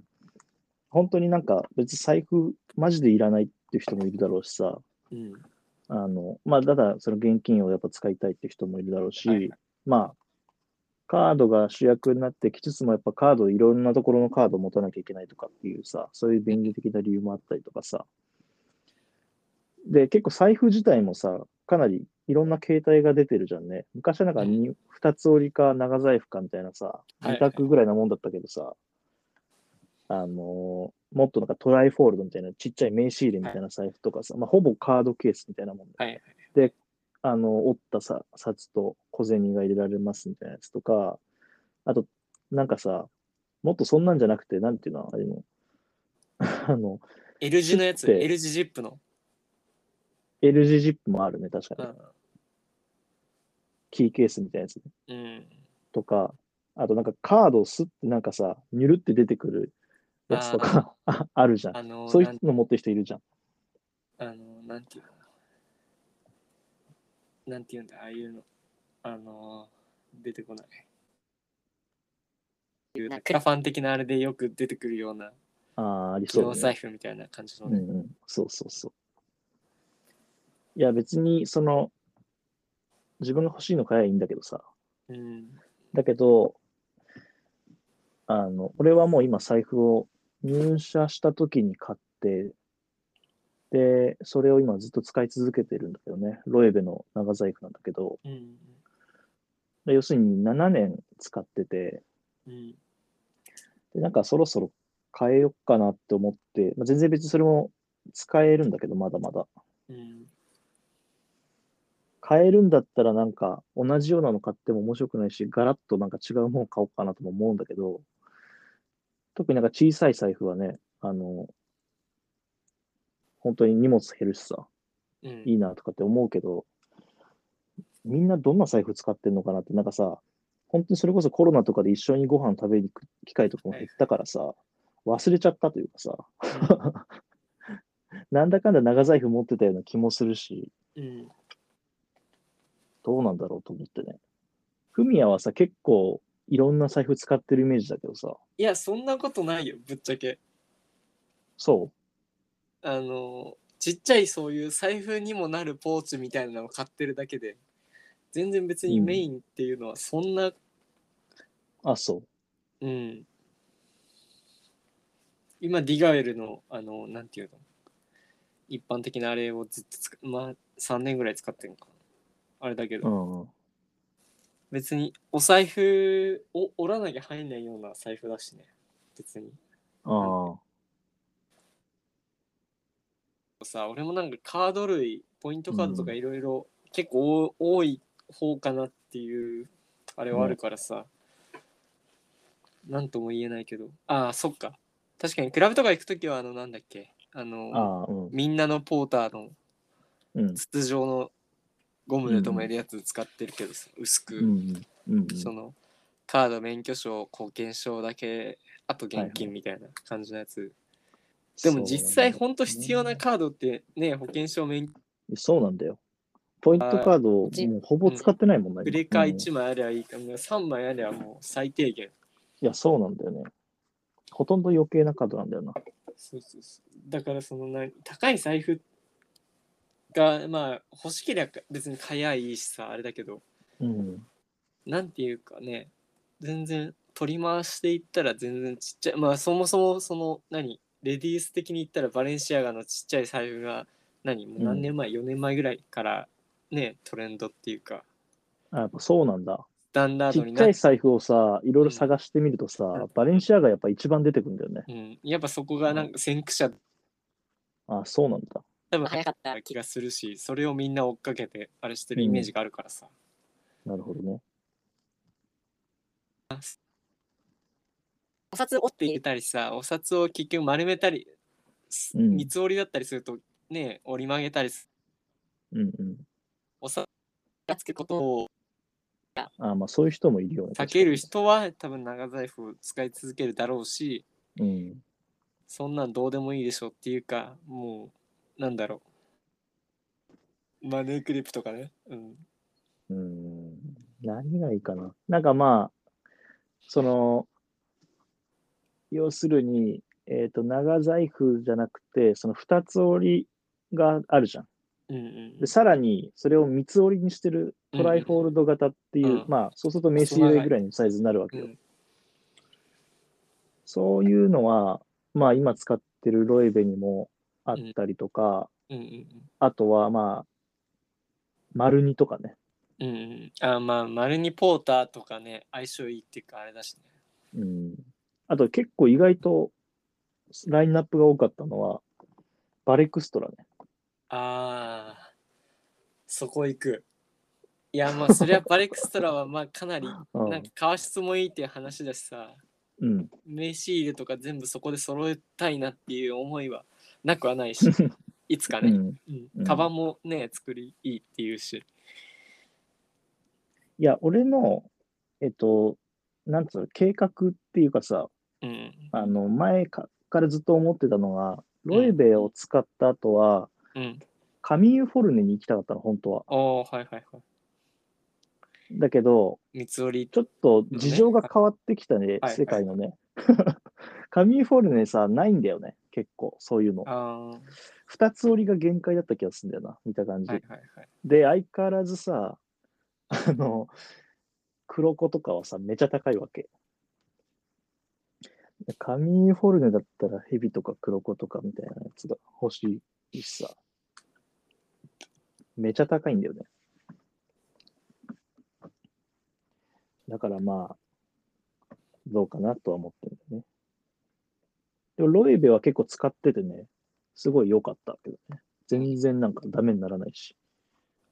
[SPEAKER 2] 本当になんか別に財布マジでいらないっていう人もいるだろうしさ、
[SPEAKER 1] うん。
[SPEAKER 2] あの、まあただその現金をやっぱ使いたいっていう人もいるだろうし、
[SPEAKER 1] はいはい
[SPEAKER 2] まあ、カードが主役になってきつつもやっぱカード、いろんなところのカードを持たなきゃいけないとかっていうさ、そういう便利的な理由もあったりとかさ。で、結構財布自体もさ、かなりいろんな形態が出てるじゃんね。昔はなんか 2, 二つ折りか長財布かみたいなさ、
[SPEAKER 1] いはい
[SPEAKER 2] 2択ぐらいなもんだったけどさ、あのーもっとなんかトライフォールドみたいなちっちゃい名刺入れみたいな財布とかさ、まあ、ほぼカードケースみたいなもんで
[SPEAKER 1] はいはい
[SPEAKER 2] で、あの、折ったさ札と小銭が入れられますみたいなやつとか、あと、なんかさ、もっとそんなんじゃなくて、なんていうの、あれの、 あの、
[SPEAKER 1] L 字のやつ、
[SPEAKER 2] 切って
[SPEAKER 1] L 字ジップの。
[SPEAKER 2] L 字ジップもあるね、確か
[SPEAKER 1] う
[SPEAKER 2] に。
[SPEAKER 1] ん。
[SPEAKER 2] キーケースみたいなやつ
[SPEAKER 1] うん。
[SPEAKER 2] とか、あとなんかカードをすってなんかさ、にゅるって出てくるやつとか あるじゃん。
[SPEAKER 1] あの、
[SPEAKER 2] そうい
[SPEAKER 1] なん
[SPEAKER 2] うの持ってる人いるじゃん。
[SPEAKER 1] あの、なんていうのなんていうんだ、ああいうの。あの、出てこない。いうなんかクラファン的なあれでよく出てくるような、
[SPEAKER 2] ああ、あり
[SPEAKER 1] 機
[SPEAKER 2] そう
[SPEAKER 1] 能
[SPEAKER 2] だね
[SPEAKER 1] 財布みたいな感じの
[SPEAKER 2] う
[SPEAKER 1] ね。
[SPEAKER 2] んうん、そうそうそう。いや、別に、その、自分が欲しいの買えばいいんだけどさ。
[SPEAKER 1] うん。
[SPEAKER 2] だけど、あの、俺はもう今財布を入社した時に買って、で、それを今ずっと使い続けてるんだけどね。ロエベの長財布なんだけど、
[SPEAKER 1] うん。
[SPEAKER 2] で要するに7年使ってて、
[SPEAKER 1] うん。
[SPEAKER 2] で、なんかそろそろ変えよっかなって思って、まあ、全然別にそれも使えるんだけど、まだまだ。
[SPEAKER 1] うん。
[SPEAKER 2] 変えるんだったらなんか同じようなの買っても面白くないし、ガラッとなんか違うもの買おうかなとも思うんだけど、特になんか小さい財布はね、あの、本当に荷物減るしさ、
[SPEAKER 1] うん。
[SPEAKER 2] いいなとかって思うけど、みんなどんな財布使ってんのかなって、なんかさ、本当にそれこそコロナとかで一緒にご飯食べに行く機会とかも減ったからさ、忘れちゃったというかさ、 なんだかんだ長財布持ってたような気もするし、
[SPEAKER 1] うん。
[SPEAKER 2] どうなんだろうと思ってね。フミヤはさ、結構いろんな財布使ってるイメージだけどさ、
[SPEAKER 1] いや、そんなことないよ、ぶっちゃけ。
[SPEAKER 2] そ
[SPEAKER 1] あの、ちっちゃいそういう財布にもなるポーチみたいなのを買ってるだけで、全然別にメインっていうのはそんな、
[SPEAKER 2] う、あ、そ
[SPEAKER 1] うん。今、ディガウェルの、あの、なんていうの、一般的なあれをずっと使、まあ、3年ぐらい使ってるのかな。あれだけ
[SPEAKER 2] う。う
[SPEAKER 1] ど、
[SPEAKER 2] んうん。
[SPEAKER 1] 別にお財布を折らなきゃ入んないような財布だしね。別に。
[SPEAKER 2] ああ。
[SPEAKER 1] さ俺もなんかカード類ポイントカードとかいろいろ結構多多い方かなっていうあれはあるからさ、なんとも言えないけどああそっか確かにクラブとか行く時はあのなんだっけあの
[SPEAKER 2] ああ、うん。
[SPEAKER 1] みんなのポーターの
[SPEAKER 2] うん。
[SPEAKER 1] 筒状のゴムで留めるやつ使ってるけどさ、薄く、
[SPEAKER 2] うん。うん。
[SPEAKER 1] そのカード免許証保険証だけあと現金みたいな感じのやつ、でも実際
[SPEAKER 2] そうなんだよ
[SPEAKER 1] 本当必要なカードってね保険証免許
[SPEAKER 2] そうなんだよ。ポイントカードを
[SPEAKER 1] じ
[SPEAKER 2] もうほぼ使ってないもんね。
[SPEAKER 1] ブレーカー
[SPEAKER 2] うんい
[SPEAKER 1] 1枚ありゃいいかも、3枚ありゃもう最低限。
[SPEAKER 2] や、そうなんだよね。ほとんど余計なカードなんだよな。
[SPEAKER 1] そうそうそうだからそのな高い財布がまあ欲しけりゃ別に買いゃいいしさあれだけど
[SPEAKER 2] うん。
[SPEAKER 1] なんていうかね全然取り回していったら全然ちっちゃいまあそもそもその何レディース的に言ったらバレンシアガのちっちゃい財布が何もう何年前、4年前ぐらいからねトレンドっていうか
[SPEAKER 2] あ、やっぱそうなんだ。
[SPEAKER 1] スタンダー
[SPEAKER 2] ち
[SPEAKER 1] ドに
[SPEAKER 2] っち
[SPEAKER 1] な
[SPEAKER 2] ゃ
[SPEAKER 1] っ
[SPEAKER 2] い財布をさ、いろいろ探してみるとさ、
[SPEAKER 1] うん
[SPEAKER 2] バレンシアがやっぱ一番出てくんだよね。
[SPEAKER 1] うん、やっぱそこがなんか先駆者
[SPEAKER 2] あ、そうなんだ。
[SPEAKER 1] 多分早かった気がするしそれをみんな追っかけてあれしてるイメージがあるからさ、
[SPEAKER 2] なるほどね。
[SPEAKER 1] お札折って入れたりさお札を結局丸めたり、す
[SPEAKER 2] うん
[SPEAKER 1] 三つ折りだったりするとね折り曲げたりす
[SPEAKER 2] うんうん。
[SPEAKER 1] お札がつくことを
[SPEAKER 2] あ、まあそういう人もいるよね。
[SPEAKER 1] 避ける人は多分長財布を使い続けるだろうし
[SPEAKER 2] うん。
[SPEAKER 1] そんなんどうでもいいでしょっていうかもうなんだろうマネークリップとかね、うん、
[SPEAKER 2] うん。何がいいかな。なんかまあ、その、要するに、えっ、と、長財布じゃなくて、その二つ折りがあるじゃん。
[SPEAKER 1] うんうん
[SPEAKER 2] で、さらに、それを三つ折りにしてるトライフォールド型っていう、
[SPEAKER 1] うんうん
[SPEAKER 2] まあ、そうすると名刺入れぐらいのサイズになるわ
[SPEAKER 1] う
[SPEAKER 2] けよ。
[SPEAKER 1] ん
[SPEAKER 2] そういうのは、まあ、今使ってるロエベにもあったりとか、
[SPEAKER 1] うんうん
[SPEAKER 2] あとは、まあ、丸二とかね。
[SPEAKER 1] うんうんあまあ丸にポーターとかね相性いいっていうかあれだしね
[SPEAKER 2] うん。あと、結構意外と、ラインナップが多かったのは、バレクストラね。
[SPEAKER 1] あーそこ行くいやまあそりゃバレクストラはまあかなり
[SPEAKER 2] うん
[SPEAKER 1] なんか革質もいいっていう話だしさ
[SPEAKER 2] うん。
[SPEAKER 1] 名刺入れとか全部そこで揃えたいなっていう思いはなくはない しいつか
[SPEAKER 2] う
[SPEAKER 1] ね、
[SPEAKER 2] ん
[SPEAKER 1] うん
[SPEAKER 2] うん
[SPEAKER 1] カバンもね作りいいっていうし
[SPEAKER 2] いや、俺の、えっと、なんつうの、計画っていうかさ、
[SPEAKER 1] うん
[SPEAKER 2] あの、前かからずっと思ってたのが、ロエベを使った後は、
[SPEAKER 1] うん
[SPEAKER 2] カミーユフォルネに行きたかったの、本当は。
[SPEAKER 1] おーはいはいはい
[SPEAKER 2] だけど、
[SPEAKER 1] 三つ折り
[SPEAKER 2] ちょっと事情が変わってきたね、
[SPEAKER 1] はい
[SPEAKER 2] 世界のね。 カミーユフォルネさ、ないんだよね、結構、そういうの。
[SPEAKER 1] ああは
[SPEAKER 2] 二つ折りが限界だった気がするんだよな、見た感
[SPEAKER 1] い
[SPEAKER 2] じ
[SPEAKER 1] は。いはい
[SPEAKER 2] で、相変わらずさ、あの、黒子とかはさ、めちゃ高いわけ。カミーフォルネだったらヘビとか黒子とかみたいなやつが欲しいしさ。めちゃ高いんだよね。だからまあ、どうかなとは思ってるんだよね。でもロイベは結構使っててね、すごい良かったけどね。全然なんかダメにならないし。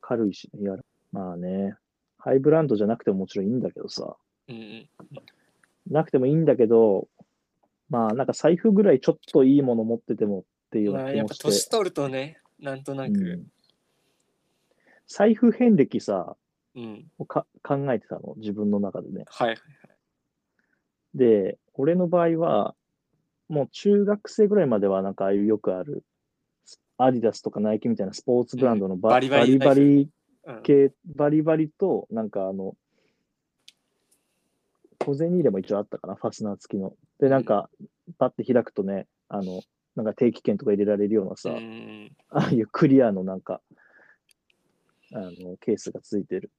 [SPEAKER 2] 軽いしね、やる。まあね、ハイブランドじゃなくてももちろんいいんだけどさ、
[SPEAKER 1] うんうん
[SPEAKER 2] なくてもいいんだけど、まあなんか財布ぐらいちょっといいもの持っててもっていうよう
[SPEAKER 1] ま
[SPEAKER 2] な
[SPEAKER 1] あ
[SPEAKER 2] 気
[SPEAKER 1] やっ
[SPEAKER 2] も
[SPEAKER 1] ぱ
[SPEAKER 2] して
[SPEAKER 1] 年。取るとねなんとな
[SPEAKER 2] う
[SPEAKER 1] く
[SPEAKER 2] ん財布遍歴さ、
[SPEAKER 1] うん、
[SPEAKER 2] か考えてたの、自分の中でね。
[SPEAKER 1] はいはい
[SPEAKER 2] で、俺の場合は、もう中学生ぐらいまではなんかああいうよくある、アディダスとかナイキみたいなスポーツブランドのバ,、
[SPEAKER 1] うんバリバリ
[SPEAKER 2] バリ
[SPEAKER 1] うん
[SPEAKER 2] 系、バリバリと、なんかあの、小銭入れも一応あったかな、ファスナー付きの。で、なんか、パッて開くとね、あの、なんか定期券とか入れられるようなさ、
[SPEAKER 1] うん
[SPEAKER 2] ああいうクリアのなんか、あの、ケースがついてる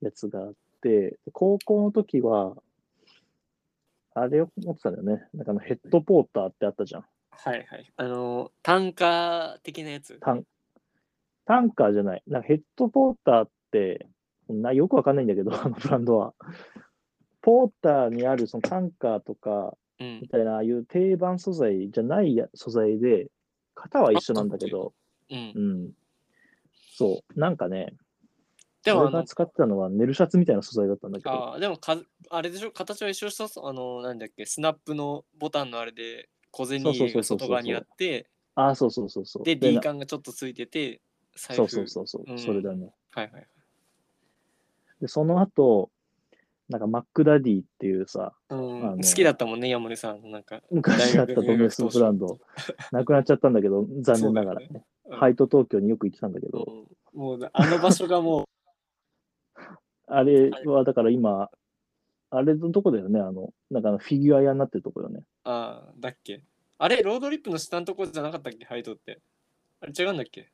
[SPEAKER 2] やつがあって、高校の時は、あれを持ってたんだよね。なんかあのヘッドポーターってあったじゃん。
[SPEAKER 1] はいはい。あの、単価的なやつ。
[SPEAKER 2] 単タンカーじゃない。なんかヘッドポーターって、なよくわかんないんだけど、あのブランドは。ポーターにあるそのタンカーとか、
[SPEAKER 1] うん
[SPEAKER 2] み。たいな、ああいう定番素材じゃないや素材で、型は一緒なんだけど、
[SPEAKER 1] うん
[SPEAKER 2] う、ん。そう。なんかね、
[SPEAKER 1] でもあ
[SPEAKER 2] 俺が
[SPEAKER 1] の、
[SPEAKER 2] 使ってたのはネルシャツみたいな素材だったんだけど、
[SPEAKER 1] あーでもか、あれでしょ形は一緒そうそう。あの、なんだっけ、スナップのボタンのあれで、小銭入れが外側にあって、
[SPEAKER 2] ああ、そうそうそうそう。
[SPEAKER 1] で、
[SPEAKER 2] な
[SPEAKER 1] D 感がちょっとついてて、財布。
[SPEAKER 2] そうそうそうそう、
[SPEAKER 1] うん
[SPEAKER 2] それだね。
[SPEAKER 1] はいはいはい。
[SPEAKER 2] で、その後、なんかマックダディっていうさ、
[SPEAKER 1] うん
[SPEAKER 2] あの
[SPEAKER 1] 好きだったもんね、山根さん。なんか、
[SPEAKER 2] 昔あったドメスブランド、なくなっちゃったんだけ ど、残念ながらね。
[SPEAKER 1] うん
[SPEAKER 2] ハイト東京によく行ってたんだけど、
[SPEAKER 1] うんもう、 あの場所がも
[SPEAKER 2] あれはだから今、あれのとこだよね、あの、なんかあのフィギュア屋になってるとこよね。
[SPEAKER 1] う、ああ、だっけ。あれ、ロードリップの下のとこじゃなかったっけ、ハイドって。あれ、違うんだっけ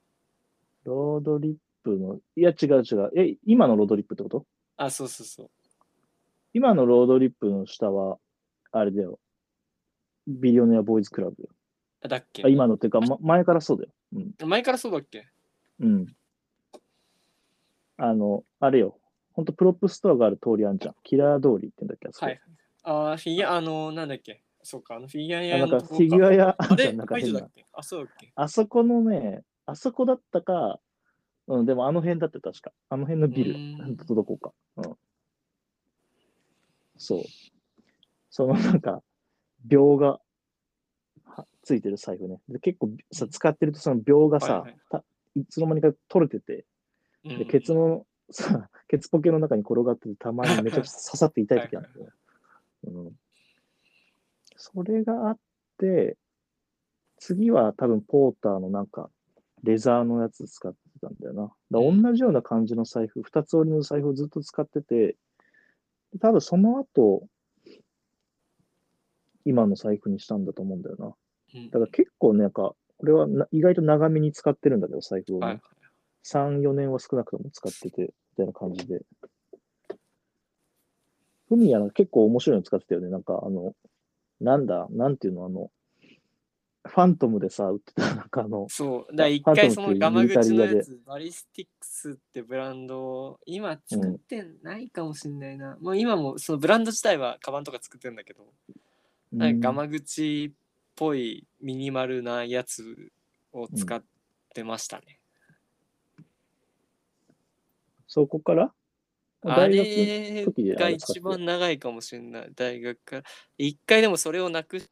[SPEAKER 2] ロードリップの、いや違う違う、え、今のロードリップってこと
[SPEAKER 1] あ、そうそうそう。
[SPEAKER 2] 今のロードリップの下は、あれだよ。ビリオネアボーイズクラブだよ。
[SPEAKER 1] あだっけ
[SPEAKER 2] あ今のっていうか、ま、前からそうだよ。
[SPEAKER 1] 前からそうだっけ
[SPEAKER 2] うん。うん。あの、あれよ。ほんとプロップストアがある通りあんじゃん。キラー通りって言うんだっけあそこ
[SPEAKER 1] はい。あーフィギュア、あの、なんだっけそうか、あのフィギュア
[SPEAKER 2] あ
[SPEAKER 1] 屋
[SPEAKER 2] なんか
[SPEAKER 1] の
[SPEAKER 2] フィギュア屋あ
[SPEAKER 1] あ
[SPEAKER 2] んじゃ
[SPEAKER 1] れ
[SPEAKER 2] ん。なんか
[SPEAKER 1] ハイ
[SPEAKER 2] 変
[SPEAKER 1] ジだ
[SPEAKER 2] な
[SPEAKER 1] っ。けあ、そうだっけ
[SPEAKER 2] あそこのね、あそこだったか、うん、でもあの辺だって確か。あの辺のビル
[SPEAKER 1] うーん、
[SPEAKER 2] どこか。うん。そう。そのなんか、秒がはついてる財布ね。で結構さ、
[SPEAKER 1] うん
[SPEAKER 2] 使ってるとその秒が
[SPEAKER 1] は
[SPEAKER 2] さ、
[SPEAKER 1] いはい
[SPEAKER 2] たいつの間にか取れてて、
[SPEAKER 1] うん
[SPEAKER 2] でケツのさ、ケツポケの中に転がってて、たまにめちゃくちゃ刺さって痛い時あるんだよね。うん。それがあって、次は多分ポーターのなんか、レザーのやつ使ってってたんだよな。だから同じような感じの財布、二つ折りの財布をずっと使ってて、多分その後、今の財布にしたんだと思うんだよな。
[SPEAKER 1] うん
[SPEAKER 2] だから結構ねなんか、これはな意外と長めに使ってるんだけど、財布をね。
[SPEAKER 1] はい
[SPEAKER 2] 3、4年は少なくとも使ってて、みたいな感じで。ふみやな、結構面白いの使ってたよね。なんか、あの、なんだ、なんていうの、あの、ファントムでさ、売ってた、 なんかあの、
[SPEAKER 1] そう、だから一
[SPEAKER 2] パントム
[SPEAKER 1] 回
[SPEAKER 2] って
[SPEAKER 1] その
[SPEAKER 2] いう
[SPEAKER 1] ガマ
[SPEAKER 2] ミリタリ
[SPEAKER 1] 口
[SPEAKER 2] ー
[SPEAKER 1] の
[SPEAKER 2] 屋で
[SPEAKER 1] やつ、バリスティックスってブランドを今作ってないかもしれないな。もう今もそのブランド自体はカバンとか作ってるんだけど、なんかガ
[SPEAKER 2] うん
[SPEAKER 1] マ口っぽいミニマルなやつを使ってましたね。
[SPEAKER 2] そこから
[SPEAKER 1] あ
[SPEAKER 2] 大学
[SPEAKER 1] れ
[SPEAKER 2] の時であ
[SPEAKER 1] が
[SPEAKER 2] れ使って
[SPEAKER 1] 一番長いかもしれない、大学から。一回でもそれをなくし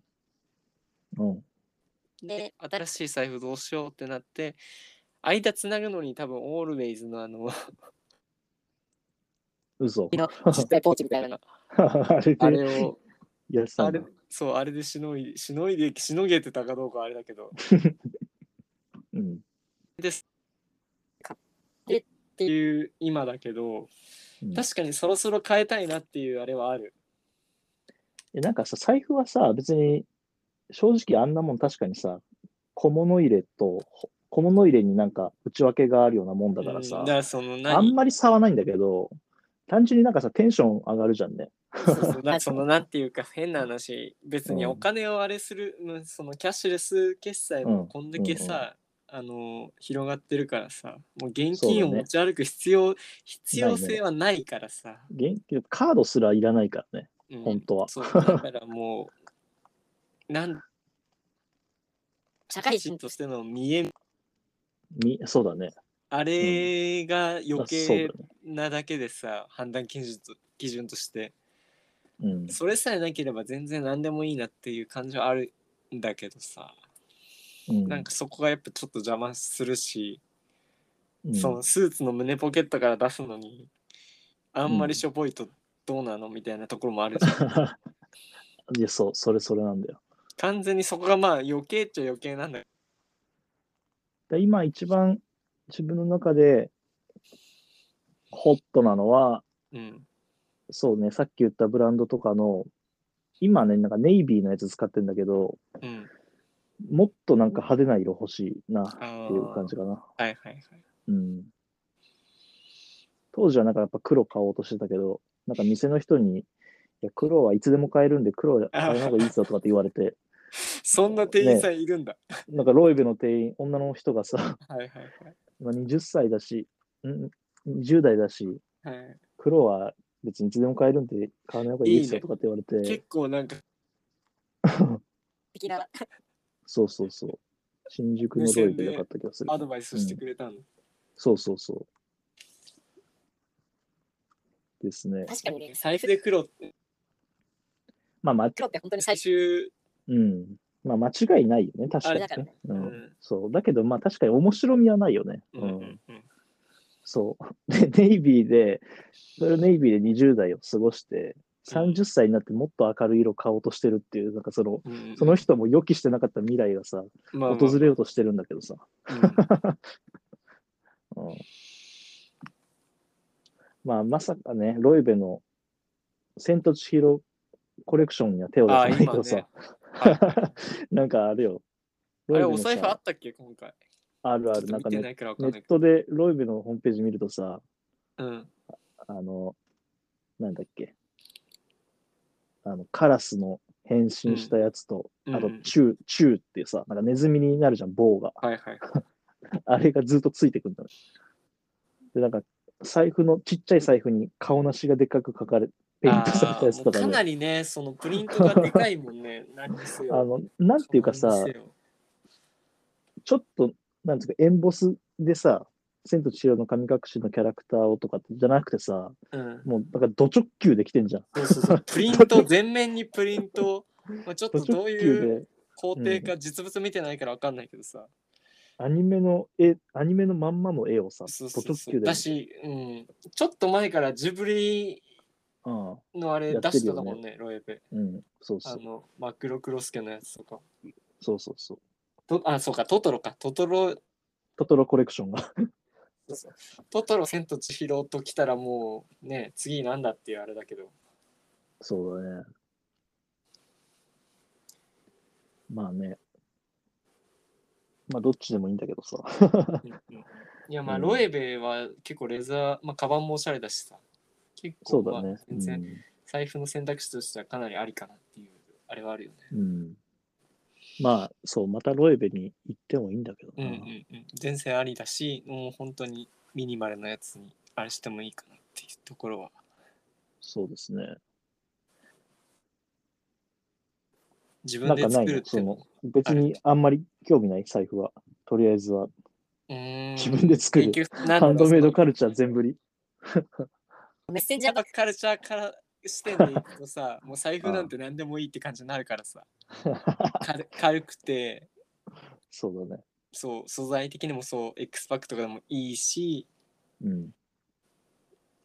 [SPEAKER 2] うん。
[SPEAKER 1] て、新しい財布どうしようってなって、間つなぐのに多分オールウェイズのあの、
[SPEAKER 2] 嘘。
[SPEAKER 1] ちっちゃいポーチみたいな、
[SPEAKER 2] あれ
[SPEAKER 1] あ
[SPEAKER 2] で
[SPEAKER 1] れを。
[SPEAKER 2] やってた
[SPEAKER 1] あ
[SPEAKER 2] んだ
[SPEAKER 1] れ。そうあれでしのいしのいでしのげてたかどうかはあれだけどっ
[SPEAKER 2] うん。
[SPEAKER 1] ていう今だけど
[SPEAKER 2] うん
[SPEAKER 1] 確かにそろそろ変えたいなっていうあれはある
[SPEAKER 2] え、なんかさ、財布はさ、別に、正直あんなもん確かにさ、小物入れと、ほ小物入れになんか内訳があるようなもんだから
[SPEAKER 1] う
[SPEAKER 2] さ
[SPEAKER 1] んだ、からその
[SPEAKER 2] あん
[SPEAKER 1] 何
[SPEAKER 2] まり差はないんだけど、単純になんかさ、テンション上がるじゃんね。
[SPEAKER 1] そうそう なそのなんていうか変な話別に
[SPEAKER 2] うん
[SPEAKER 1] お金をあれする、うんそのキャッシュレス決済
[SPEAKER 2] う
[SPEAKER 1] も
[SPEAKER 2] ん
[SPEAKER 1] こんだけさ、あの広がってるからさもう現
[SPEAKER 2] そう
[SPEAKER 1] 金
[SPEAKER 2] だ
[SPEAKER 1] を
[SPEAKER 2] ね
[SPEAKER 1] 持ち歩く必要、必
[SPEAKER 2] ないね
[SPEAKER 1] 要性はないからさ、
[SPEAKER 2] 現金カードすらいらないからね、
[SPEAKER 1] うん
[SPEAKER 2] 本当は。
[SPEAKER 1] そうだからもうなん社会人としての見え
[SPEAKER 2] にそうだね。
[SPEAKER 1] あれが余
[SPEAKER 2] あそうだ
[SPEAKER 1] 計
[SPEAKER 2] ね。
[SPEAKER 1] なだけでさ、判断基準と基準として
[SPEAKER 2] うん。
[SPEAKER 1] それさえなければ全然何でもいいなっていう感じはあるんだけどさ、
[SPEAKER 2] うん
[SPEAKER 1] なんかそこがやっぱちょっと邪魔するし、
[SPEAKER 2] うん
[SPEAKER 1] そのスーツの胸ポケットから出すのにあんまりしょぼいとどうなのみたいなところもあるし、
[SPEAKER 2] いや、そう、それそれなんだよ。
[SPEAKER 1] 完全にそこがまあ余計っちゃ余計なんだよ
[SPEAKER 2] で今一番自分の中でホットなのは、
[SPEAKER 1] うん
[SPEAKER 2] そうね、さっき言ったブランドとかの、今ね、なんかネイビーのやつ使ってんだけど、
[SPEAKER 1] うん
[SPEAKER 2] もっとなんか派手な色欲しいなっ
[SPEAKER 1] あ
[SPEAKER 2] ていう感じ
[SPEAKER 1] ー
[SPEAKER 2] かな。
[SPEAKER 1] はいはいはい
[SPEAKER 2] うん。当時はなんかやっぱ黒買おうとしてたけど、なんか店の人に、いや黒はいつでも買えるんで黒は買えない方がいいぞとかって言わ れて、
[SPEAKER 1] そんな店員さんいるんだ、
[SPEAKER 2] なんかロイベの店員、女の人がさ、
[SPEAKER 1] はいはい
[SPEAKER 2] まあ20歳だし、ん ?10 代だし、
[SPEAKER 1] はい、はい
[SPEAKER 2] 黒は別にいつでも買えるんで買わない方がいいです
[SPEAKER 1] いい
[SPEAKER 2] よ
[SPEAKER 1] ね
[SPEAKER 2] とかって言われて、
[SPEAKER 1] 結構なんか的な
[SPEAKER 2] そうそうそう。新宿のロイベで買った気がする
[SPEAKER 1] ア。ドバイスしてくれたの、
[SPEAKER 2] そうそうそう。ですね。
[SPEAKER 1] 確かにね財布で黒って
[SPEAKER 2] まあ、ま、
[SPEAKER 1] 黒って本当に最終
[SPEAKER 2] うん。まあ、間違いないよね、確かに、
[SPEAKER 1] あれだからね
[SPEAKER 2] う。
[SPEAKER 1] うんん
[SPEAKER 2] そう。だけど、まあ、確かに面白みはないよね。
[SPEAKER 1] うんうんうん
[SPEAKER 2] そう。 で、ネイビーで、それネイビーで20代を過ごして、30歳になってもっと明るい色を買おうとしてるっていう、なんかその、
[SPEAKER 1] うんうん
[SPEAKER 2] その人も予期してなかった未来がさ、
[SPEAKER 1] まあまあ
[SPEAKER 2] 訪れようとしてるんだけどさ。
[SPEAKER 1] うん
[SPEAKER 2] うんまあ、まさかね、ロイベの千と千尋コレクションには手を出
[SPEAKER 1] ああ
[SPEAKER 2] さない
[SPEAKER 1] 今
[SPEAKER 2] とさ、
[SPEAKER 1] ねはい
[SPEAKER 2] なんかあれよ、
[SPEAKER 1] あ
[SPEAKER 2] ロイ
[SPEAKER 1] れ
[SPEAKER 2] ベの
[SPEAKER 1] お
[SPEAKER 2] さ
[SPEAKER 1] 財布あったっけ今回
[SPEAKER 2] あるあ
[SPEAKER 1] ちょっ
[SPEAKER 2] る、
[SPEAKER 1] と
[SPEAKER 2] なん
[SPEAKER 1] 見
[SPEAKER 2] か
[SPEAKER 1] て
[SPEAKER 2] ね、
[SPEAKER 1] ないからわか
[SPEAKER 2] ネ
[SPEAKER 1] んな
[SPEAKER 2] ッ
[SPEAKER 1] いけ
[SPEAKER 2] トでロイベのホームページ見るとさ、
[SPEAKER 1] どうん
[SPEAKER 2] あの、なんだっけ、あの、カラスの変身したやつと、
[SPEAKER 1] うん
[SPEAKER 2] あと
[SPEAKER 1] うん、
[SPEAKER 2] チュー、チューっていうさ、なんかネズミになるじゃん、棒が。
[SPEAKER 1] はいはい
[SPEAKER 2] あれがずっとついてくるんだね。で、なんか、財布の、ちっちゃい財布に顔なしがでっかく書かれ、ペイントされ
[SPEAKER 1] あ
[SPEAKER 2] たや
[SPEAKER 1] ー
[SPEAKER 2] つ
[SPEAKER 1] もう
[SPEAKER 2] とか
[SPEAKER 1] かな
[SPEAKER 2] ね。
[SPEAKER 1] りねそのプリントがでかいもんね何にせ
[SPEAKER 2] あ
[SPEAKER 1] よ
[SPEAKER 2] の、なんていうかさ
[SPEAKER 1] 何、にせよ
[SPEAKER 2] ちょっと、なんていうか、エンボスでさ、千と千尋の神隠しのキャラクターをとかってじゃなくてさ、
[SPEAKER 1] うん
[SPEAKER 2] もう、だから、ド直球できてんじゃん。
[SPEAKER 1] そうそうそうプリント全面にプリントまあちょっ
[SPEAKER 2] ド
[SPEAKER 1] とど
[SPEAKER 2] 直
[SPEAKER 1] ういう
[SPEAKER 2] 球
[SPEAKER 1] 工程
[SPEAKER 2] で、
[SPEAKER 1] か実物見てないからわかんないけどさ、
[SPEAKER 2] アニメの絵、アニメのまんまの絵をさ、
[SPEAKER 1] そうそ
[SPEAKER 2] ド
[SPEAKER 1] う
[SPEAKER 2] 直
[SPEAKER 1] そう
[SPEAKER 2] 球で
[SPEAKER 1] だ、し、うん、ちょっと前からジブリ
[SPEAKER 2] うん、う
[SPEAKER 1] のあれ
[SPEAKER 2] や
[SPEAKER 1] 出
[SPEAKER 2] ってる
[SPEAKER 1] し
[SPEAKER 2] よね
[SPEAKER 1] てたもんねロエベ
[SPEAKER 2] ん、そうそ
[SPEAKER 1] あ
[SPEAKER 2] う、
[SPEAKER 1] のマクロクロスケのやつとか
[SPEAKER 2] そうそうそう。
[SPEAKER 1] とあそうかトトロかトトロ
[SPEAKER 2] トトロコレクションが
[SPEAKER 1] トトロ、千と千尋と来たらもうね、次なんだっていうあれだけど。
[SPEAKER 2] そうだね。まあね。まあ、どっちでもいいんだけどさ。
[SPEAKER 1] うんうんいや、まあ、
[SPEAKER 2] うん
[SPEAKER 1] ロエベは結構レザー、まあ、カバンもおしゃれだしさ。結
[SPEAKER 2] そ
[SPEAKER 1] 構、
[SPEAKER 2] う
[SPEAKER 1] ま
[SPEAKER 2] だね
[SPEAKER 1] あ、。全然財布の選択肢としてはかなりありかなっていう、あれはあるよね。
[SPEAKER 2] うん。うんまあ、そう、またロエベに行ってもいいんだけど
[SPEAKER 1] うん
[SPEAKER 2] な。
[SPEAKER 1] うんうん。全然ありだし、もう本当にミニマルなやつにあれしてもいいかなっていうところは。
[SPEAKER 2] そうですね。
[SPEAKER 1] 自
[SPEAKER 2] な
[SPEAKER 1] 分
[SPEAKER 2] ん
[SPEAKER 1] で
[SPEAKER 2] かな
[SPEAKER 1] 作
[SPEAKER 2] い
[SPEAKER 1] る
[SPEAKER 2] の
[SPEAKER 1] っ、て
[SPEAKER 2] そ
[SPEAKER 1] いう
[SPEAKER 2] の
[SPEAKER 1] の。、
[SPEAKER 2] 別にあんまり興味ない財布は。とりあえずは、
[SPEAKER 1] うーん
[SPEAKER 2] 自分で作る。
[SPEAKER 1] 結局なんだ
[SPEAKER 2] ハ
[SPEAKER 1] ろう
[SPEAKER 2] ンドメイドカルチャー全振り。
[SPEAKER 1] メッセンジャーバックカルチャーから視点でいくと さ、もう財布なんて何でもいいって感じになるからさ、軽軽くて、
[SPEAKER 2] そうだね。
[SPEAKER 1] そう、素材的にもそう、X パックとかでもいいし、
[SPEAKER 2] うん。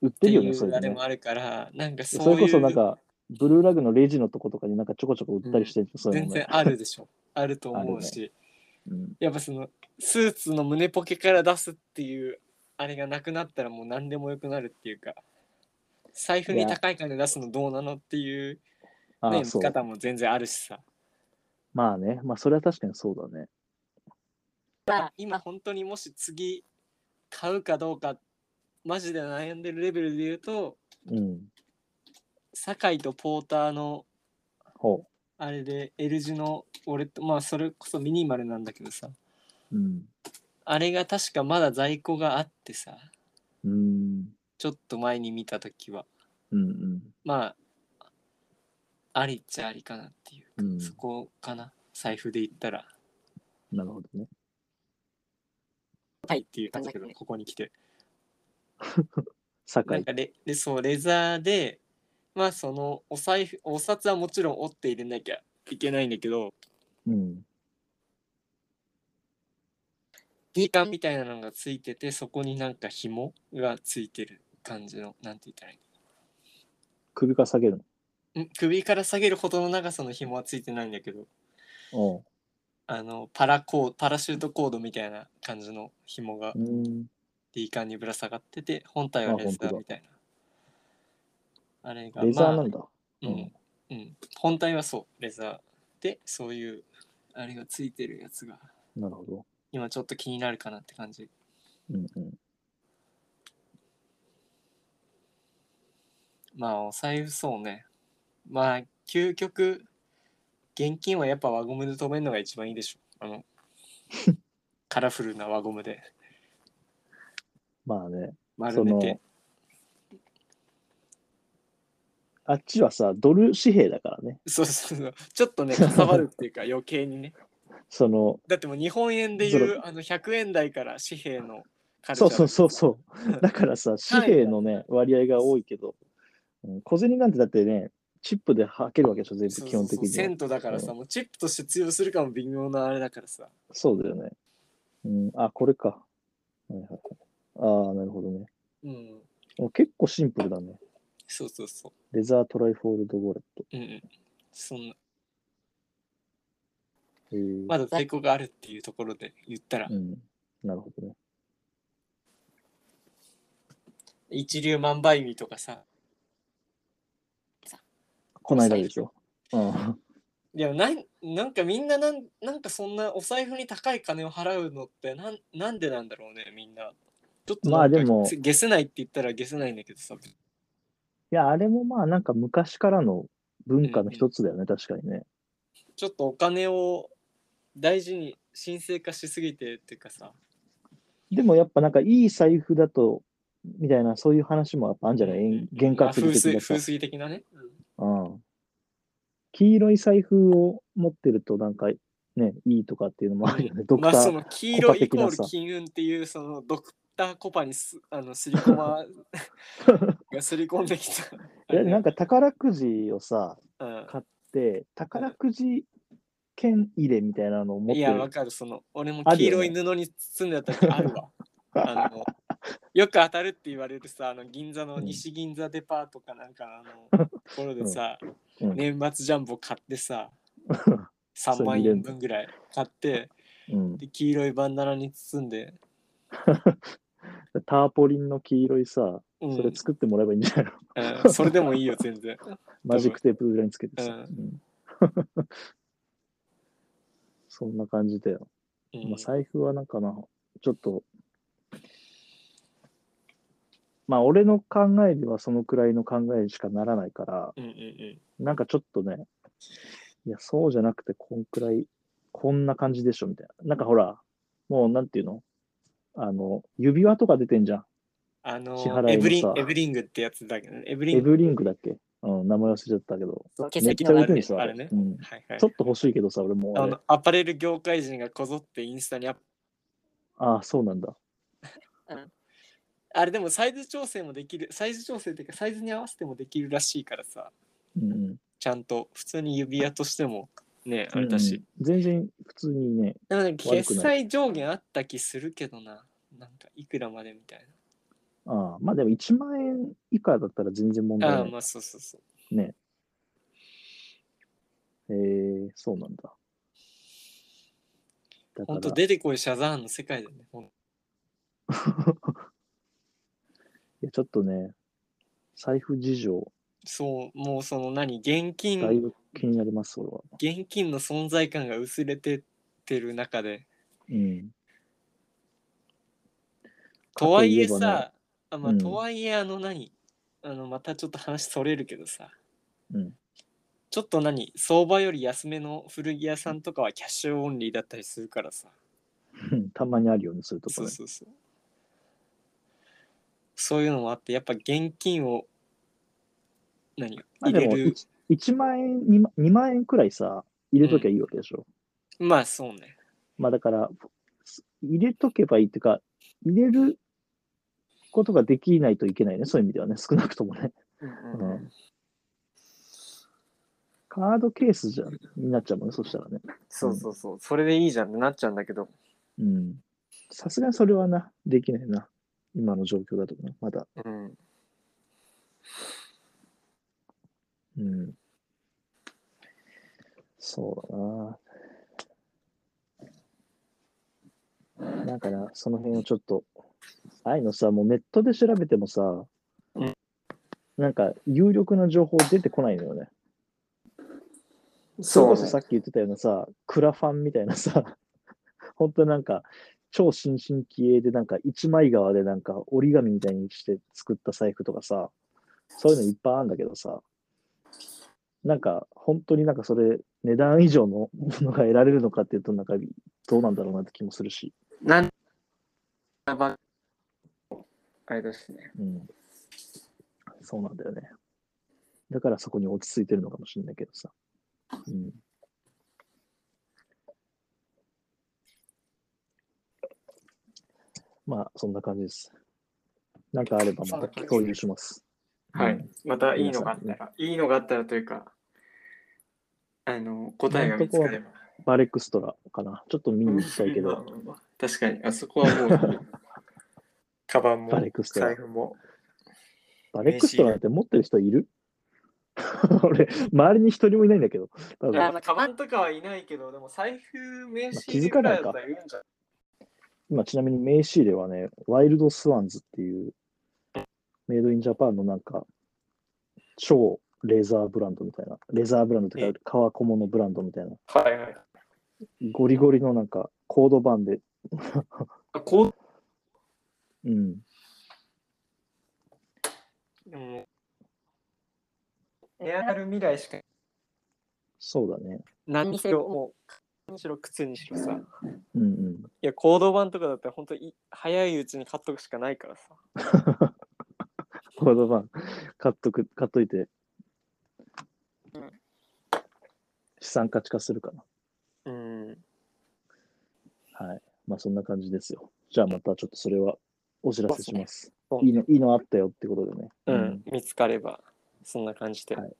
[SPEAKER 2] 売っ
[SPEAKER 1] って
[SPEAKER 2] てるよ
[SPEAKER 1] い
[SPEAKER 2] ね、そう
[SPEAKER 1] う
[SPEAKER 2] いう
[SPEAKER 1] あ
[SPEAKER 2] の
[SPEAKER 1] れ
[SPEAKER 2] ね
[SPEAKER 1] も。あるから、なんか
[SPEAKER 2] そ
[SPEAKER 1] そうい
[SPEAKER 2] れこ
[SPEAKER 1] う
[SPEAKER 2] そなんか、ブルーラグのレジのとことかになんかちょこちょこ売ったりしてる、そういう
[SPEAKER 1] 全
[SPEAKER 2] のね
[SPEAKER 1] 然。あるでしょ。あると思うし、
[SPEAKER 2] うん
[SPEAKER 1] やっぱそのスーツの胸ポケから出すっていうあれがなくなったらもう何でもよくなるっていうか、財布
[SPEAKER 2] い
[SPEAKER 1] に
[SPEAKER 2] や
[SPEAKER 1] 高い金出すのどうなのっていう、
[SPEAKER 2] あ
[SPEAKER 1] ね、
[SPEAKER 2] あ、
[SPEAKER 1] 見
[SPEAKER 2] そう。
[SPEAKER 1] 方も全然あるしさ。
[SPEAKER 2] まあね、まあそれは確かにそうだね。
[SPEAKER 1] 今本当にもし次買うかどうかマジで悩んでるレベルで言うと
[SPEAKER 2] うん。
[SPEAKER 1] 酒井とポーターの
[SPEAKER 2] ほ
[SPEAKER 1] あれで L 字の俺とまあそれこそミニマルなんだけどさ
[SPEAKER 2] う。うん。
[SPEAKER 1] あれが確かまだ在庫があってさ
[SPEAKER 2] うん。
[SPEAKER 1] ちょっと前に見た時は
[SPEAKER 2] うんうん。
[SPEAKER 1] まあありっちゃありかなっていう
[SPEAKER 2] うん。
[SPEAKER 1] そこかな財布で言ったら
[SPEAKER 2] なるほどね。
[SPEAKER 1] はいっていう感じだけどここに来てな
[SPEAKER 2] 酒
[SPEAKER 1] ん
[SPEAKER 2] 井。
[SPEAKER 1] かレでそうレザーでまあそのお財布お札はもちろん折って入れなきゃいけないんだけど
[SPEAKER 2] うん。
[SPEAKER 1] ギーカンみたいなのがついててそこになんか紐がついてる感じのなんて言ったらい
[SPEAKER 2] 首から下げる
[SPEAKER 1] いのん首から下げるほどの長さの紐はついてないんだけど
[SPEAKER 2] の。おう
[SPEAKER 1] あのパラコーパラシュートコードみたいな感じの紐が
[SPEAKER 2] うん。
[SPEAKER 1] D カンにぶら下がってて本体はレザ
[SPEAKER 2] あ本当
[SPEAKER 1] ー
[SPEAKER 2] だ
[SPEAKER 1] みたいなあれが
[SPEAKER 2] レザー
[SPEAKER 1] まあ
[SPEAKER 2] なんだ。
[SPEAKER 1] うん、うん、本体はそうレザーでそういうあれがついてるやつが
[SPEAKER 2] なるほど。
[SPEAKER 1] 今ちょっと気になるかなって感じ
[SPEAKER 2] うんうん。
[SPEAKER 1] まあお財布そうねまあ究極現金はやっぱ輪ゴムで止めるのが一番いいでしょあ のカラフルな輪ゴムで
[SPEAKER 2] まあね。
[SPEAKER 1] 丸めて
[SPEAKER 2] あっちはさ、ドル紙幣だからね。
[SPEAKER 1] そうそうそうちょっとねかさばるっていうか余計にね
[SPEAKER 2] その、
[SPEAKER 1] だってもう日本円でい
[SPEAKER 2] そう
[SPEAKER 1] あの100円台から紙幣のカルチ
[SPEAKER 2] そ
[SPEAKER 1] ャー
[SPEAKER 2] うそうそうそう う。だからさ、
[SPEAKER 1] 単位
[SPEAKER 2] 紙幣のね、割合が多いけど、うん小銭なんてだってね、チップではけるわけでしょ、全
[SPEAKER 1] そう
[SPEAKER 2] 部基
[SPEAKER 1] そう
[SPEAKER 2] 本
[SPEAKER 1] そう
[SPEAKER 2] 的には
[SPEAKER 1] セ。ントだからさ、もうチップとして通用するかも微妙なあれだからさ
[SPEAKER 2] そうだよね。うん、あ、これか。はいはいはい、ああ、なるほどね。
[SPEAKER 1] うん
[SPEAKER 2] もう結構シンプルだね。
[SPEAKER 1] そうそうそ
[SPEAKER 2] レザートライフォールドウォレット。
[SPEAKER 1] ううんうんそんな
[SPEAKER 2] へー
[SPEAKER 1] まだ在庫があるっていうところで言ったら
[SPEAKER 2] うん。なるほどね。
[SPEAKER 1] 一粒万倍日とかさ
[SPEAKER 2] こないだでしょ。うん。
[SPEAKER 1] でもなんなんかみんななんなんかそんなお財布に高い金を払うのってなんなんでなんだろうねみんなちょっと
[SPEAKER 2] ま
[SPEAKER 1] な
[SPEAKER 2] あ
[SPEAKER 1] んか
[SPEAKER 2] でも
[SPEAKER 1] げせないって言ったらげせないんだけどさ
[SPEAKER 2] いや、あれもまあなんか昔からの文化の一つだよね、確かにね。
[SPEAKER 1] ちょっとお金を大事に神聖化しすぎてっていうかさ
[SPEAKER 2] でもやっぱなんかいい財布だと、みたいな、そういう話もやっぱあるんじゃない
[SPEAKER 1] うんうん
[SPEAKER 2] 幻
[SPEAKER 1] まあ
[SPEAKER 2] 覚
[SPEAKER 1] 風
[SPEAKER 2] 的
[SPEAKER 1] 水
[SPEAKER 2] なさ
[SPEAKER 1] 風。水的なね、うん
[SPEAKER 2] うん。黄色い財布を持ってるとなんかね、いいとかっていうのもあるよね。ドク
[SPEAKER 1] ま
[SPEAKER 2] タ
[SPEAKER 1] あそ
[SPEAKER 2] ー。
[SPEAKER 1] の黄色イ
[SPEAKER 2] 的
[SPEAKER 1] コ
[SPEAKER 2] な
[SPEAKER 1] ー
[SPEAKER 2] さ
[SPEAKER 1] ル金運っていうそのドクターコパにすあのシリコマがすり込んでき た。
[SPEAKER 2] いやなんか宝くじをさ、
[SPEAKER 1] うん
[SPEAKER 2] で、宝くじ券入れみたいなのを持
[SPEAKER 1] い
[SPEAKER 2] って
[SPEAKER 1] やわ
[SPEAKER 2] る。
[SPEAKER 1] かるその俺も
[SPEAKER 2] ある
[SPEAKER 1] 黄
[SPEAKER 2] よ
[SPEAKER 1] 色
[SPEAKER 2] ね
[SPEAKER 1] い布に包んでた時あ るわ。あのよく当たるって言われるさあの銀座の
[SPEAKER 2] うん
[SPEAKER 1] 西銀座デパートかなんかのあの ところでさ、
[SPEAKER 2] うん
[SPEAKER 1] 年末ジャンボ買ってさ 3
[SPEAKER 2] それ
[SPEAKER 1] 万
[SPEAKER 2] 見れ
[SPEAKER 1] 円
[SPEAKER 2] んだ
[SPEAKER 1] 分ぐらい買って
[SPEAKER 2] うん、
[SPEAKER 1] で黄色いバンダナに包んで
[SPEAKER 2] ターポリンの黄色いさ、
[SPEAKER 1] うん
[SPEAKER 2] それ作ってもらえばいいんじゃ ないの、
[SPEAKER 1] うんそれでもいいよ全 然
[SPEAKER 2] マジックテープ裏につけてさ。
[SPEAKER 1] うん
[SPEAKER 2] うん そんな感じだよ。
[SPEAKER 1] うん
[SPEAKER 2] まあ、財布はなんかな、ちょっと、まあ、俺の考えではそのくらいの考えにしかならないから、
[SPEAKER 1] うんうんうん
[SPEAKER 2] なんかちょっとね、いや、そうじゃなくて、こんくらい、こんな感じでしょ、みたいな。なんかほら、もう、なんていうのあの、指輪とか出てんじゃん。
[SPEAKER 1] あの
[SPEAKER 2] 支払いもさ
[SPEAKER 1] エブリンエブリングってやつだけどねエブリ
[SPEAKER 2] エ
[SPEAKER 1] ング
[SPEAKER 2] ブリングだっけうん、名前忘れちゃったけど。
[SPEAKER 1] そう
[SPEAKER 2] め
[SPEAKER 1] 欠
[SPEAKER 2] っち
[SPEAKER 1] 席
[SPEAKER 2] ゃ
[SPEAKER 1] の
[SPEAKER 2] 売
[SPEAKER 1] あ
[SPEAKER 2] れ
[SPEAKER 1] る
[SPEAKER 2] てん
[SPEAKER 1] ね
[SPEAKER 2] ですよ、あ
[SPEAKER 1] あ
[SPEAKER 2] れ
[SPEAKER 1] れね
[SPEAKER 2] うん。
[SPEAKER 1] はいはい
[SPEAKER 2] ちょっと欲しいけどさ、俺も
[SPEAKER 1] あ
[SPEAKER 2] あれ
[SPEAKER 1] のアパレル業界人がこぞってインスタにアップ
[SPEAKER 2] ああ、そうなんだ。
[SPEAKER 1] あれでもサイズ調整もできるサイズ調整っていうかサイズに合わせてもできるらしいからさ
[SPEAKER 2] うんうん。
[SPEAKER 1] ちゃんと普通に指輪としてもねあれだし、
[SPEAKER 2] うんうん全然普通にね、
[SPEAKER 1] でもなんか
[SPEAKER 2] 悪く
[SPEAKER 1] 決
[SPEAKER 2] な
[SPEAKER 1] 済上限あった気するけどななんかいくらまでみたい
[SPEAKER 2] ああまあでも1万円以下だったら全然問
[SPEAKER 1] な、
[SPEAKER 2] 題
[SPEAKER 1] ああ
[SPEAKER 2] ない。
[SPEAKER 1] まあそうそうそう
[SPEAKER 2] えー、そうなんだ。だ
[SPEAKER 1] ほんと
[SPEAKER 2] から、い
[SPEAKER 1] 出てこいシャザーンの世界だねほん
[SPEAKER 2] やちょっとね、財布事情、
[SPEAKER 1] そうもうその何現金
[SPEAKER 2] だいぶ気になります、俺は。
[SPEAKER 1] 現金の存在感が薄れてってる中で
[SPEAKER 2] うん。
[SPEAKER 1] とはいえ
[SPEAKER 2] かといえば
[SPEAKER 1] さ
[SPEAKER 2] ね
[SPEAKER 1] あまあ
[SPEAKER 2] うん
[SPEAKER 1] とはいえあの何あのまたちょっと話それるけどさ
[SPEAKER 2] うん。
[SPEAKER 1] ちょっと何相場より安めの古着屋さんとかはキャッシュオンリーだったりするからさ
[SPEAKER 2] たまにあるよね、そういうとこ
[SPEAKER 1] そう
[SPEAKER 2] ね。
[SPEAKER 1] そうそうそういうのもあってやっぱ現金を何
[SPEAKER 2] まあ
[SPEAKER 1] 入
[SPEAKER 2] で
[SPEAKER 1] れ
[SPEAKER 2] も
[SPEAKER 1] る
[SPEAKER 2] 1, 万円2万、2万円くらいさ、入れときゃいいわけでしょ。
[SPEAKER 1] まあそうね
[SPEAKER 2] まあだから、入れとけばいいっていうか、入れることができないといけないね、そういう意味ではね、少なくともね。うんカードケースじゃんになっちゃうもんね、そしたらね。そうそう
[SPEAKER 1] そうそれでいいじゃんってなっちゃうんだけど
[SPEAKER 2] うん。さすがにそれはな、できないな。今の状況だとね、まだ。
[SPEAKER 1] うん
[SPEAKER 2] うん。そうだな。だから、その辺をちょっと、ああいうのさ、もうネットで調べてもさ
[SPEAKER 1] うん、
[SPEAKER 2] なんか有力な情報出てこないのよね。それ
[SPEAKER 1] そ
[SPEAKER 2] こそさっき言ってたようなさ、クラファンみたいなさ、 本当なんか、超新進気鋭で、なんか一枚革でなんか折り紙みたいにして作った財布とかさ、そういうのいっぱいあるんだけどさ、なんか本当になんかそれ、値段以上のものが得られるのかっていうと、なんかどうなんだろうなって気もするし、
[SPEAKER 1] なんあれですね
[SPEAKER 2] うん。そうなんだよね。だからそこに落ち着いてるのかもしれないけどさ。うん。まあ、そんな感じです。なんかあればまた共有します。
[SPEAKER 1] はい、
[SPEAKER 2] うん
[SPEAKER 1] またいいのがあったら、いいのがあったらというか、あの、答えが見つかれば。
[SPEAKER 2] バレックストラかな。ちょっと見に行きたいけど、
[SPEAKER 1] まあまあまあ確かに、あそこはも う、カバンも
[SPEAKER 2] バレックストラ
[SPEAKER 1] 財布も。
[SPEAKER 2] バレックストラって持ってる人いる 俺、周りに一人もいないんだけど、多分
[SPEAKER 1] あカバンとかはいないけど、でも財布、名刺
[SPEAKER 2] まあ気づかないか
[SPEAKER 1] ぐらだったら言うんじゃない
[SPEAKER 2] 今ちなみに名刺入れはね、ワイルドスワンズっていう、メイドインジャパンのなんか、超レザーブランドみたいな、レザーブランドと
[SPEAKER 1] え
[SPEAKER 2] いう
[SPEAKER 1] え
[SPEAKER 2] か、革小物ブランドみたいな、
[SPEAKER 1] はいはい。
[SPEAKER 2] ゴリゴリのなんか、コード版で、
[SPEAKER 1] あこう
[SPEAKER 2] うん、
[SPEAKER 1] でもエアある未来しか
[SPEAKER 2] そうだね。
[SPEAKER 1] 何にしろ、もう、何にしろ靴にしろさ。
[SPEAKER 2] うんうん。
[SPEAKER 1] いや、行動版とかだったら、本当に早いうちに買っとくしかないからさ。
[SPEAKER 2] コード版、買っとく、買っといて
[SPEAKER 1] うん、
[SPEAKER 2] 資産価値化するか
[SPEAKER 1] うん。
[SPEAKER 2] な。はい。まあそんな感じですよ。じゃあまたちょっとそれはお知らせします。
[SPEAKER 1] そう
[SPEAKER 2] いいの、いいのあったよってことでね。
[SPEAKER 1] うん、見つかればそんな感じで、
[SPEAKER 2] はい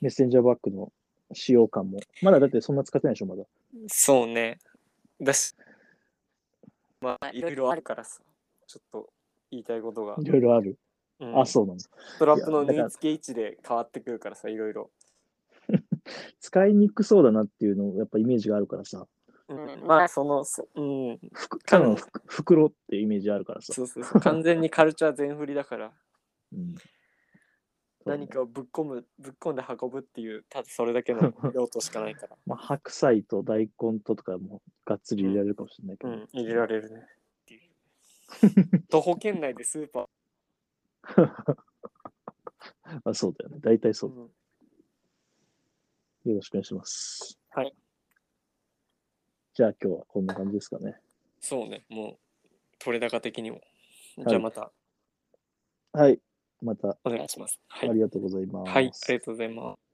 [SPEAKER 2] メッセンジャーバッグの使用感も。まだだってそんな使ってないでしょ、まだ。
[SPEAKER 1] そうねだしまあいろいろあるからさちょっと言いたいことが、
[SPEAKER 2] いろいろある。
[SPEAKER 1] うん
[SPEAKER 2] あ、そうなの。
[SPEAKER 1] ストラップの
[SPEAKER 2] いやだか
[SPEAKER 1] 縫
[SPEAKER 2] ら
[SPEAKER 1] い付け位置で変わってくるからさいろいろ
[SPEAKER 2] 使いにくそうだなっていうのをやっぱイメージがあるからさ。
[SPEAKER 1] うん、まあそのそうん
[SPEAKER 2] ふく多分ふく袋ってイメージあるからさ。
[SPEAKER 1] そうそうそう完全にカルチャー全振りだから
[SPEAKER 2] うんそうね
[SPEAKER 1] 何かをぶっ込むぶっ込んで運ぶっていうただそれだけの用途しかないから
[SPEAKER 2] まあ、白菜と大根ととかもがっつり入れられるかもしれないけ
[SPEAKER 1] う
[SPEAKER 2] ど、
[SPEAKER 1] ん入れられるね っていう徒歩圏内でスーパー
[SPEAKER 2] あそうだよね大体そうだ、
[SPEAKER 1] うん
[SPEAKER 2] よろしくお願いします
[SPEAKER 1] はい
[SPEAKER 2] じゃあ今日はこんな感じですかね
[SPEAKER 1] そうねもう取れ高的にも
[SPEAKER 2] い
[SPEAKER 1] じゃあまた
[SPEAKER 2] はいまた
[SPEAKER 1] お願いしますは
[SPEAKER 2] あ
[SPEAKER 1] い、
[SPEAKER 2] りがとうございます、
[SPEAKER 1] はい、ありがとうございます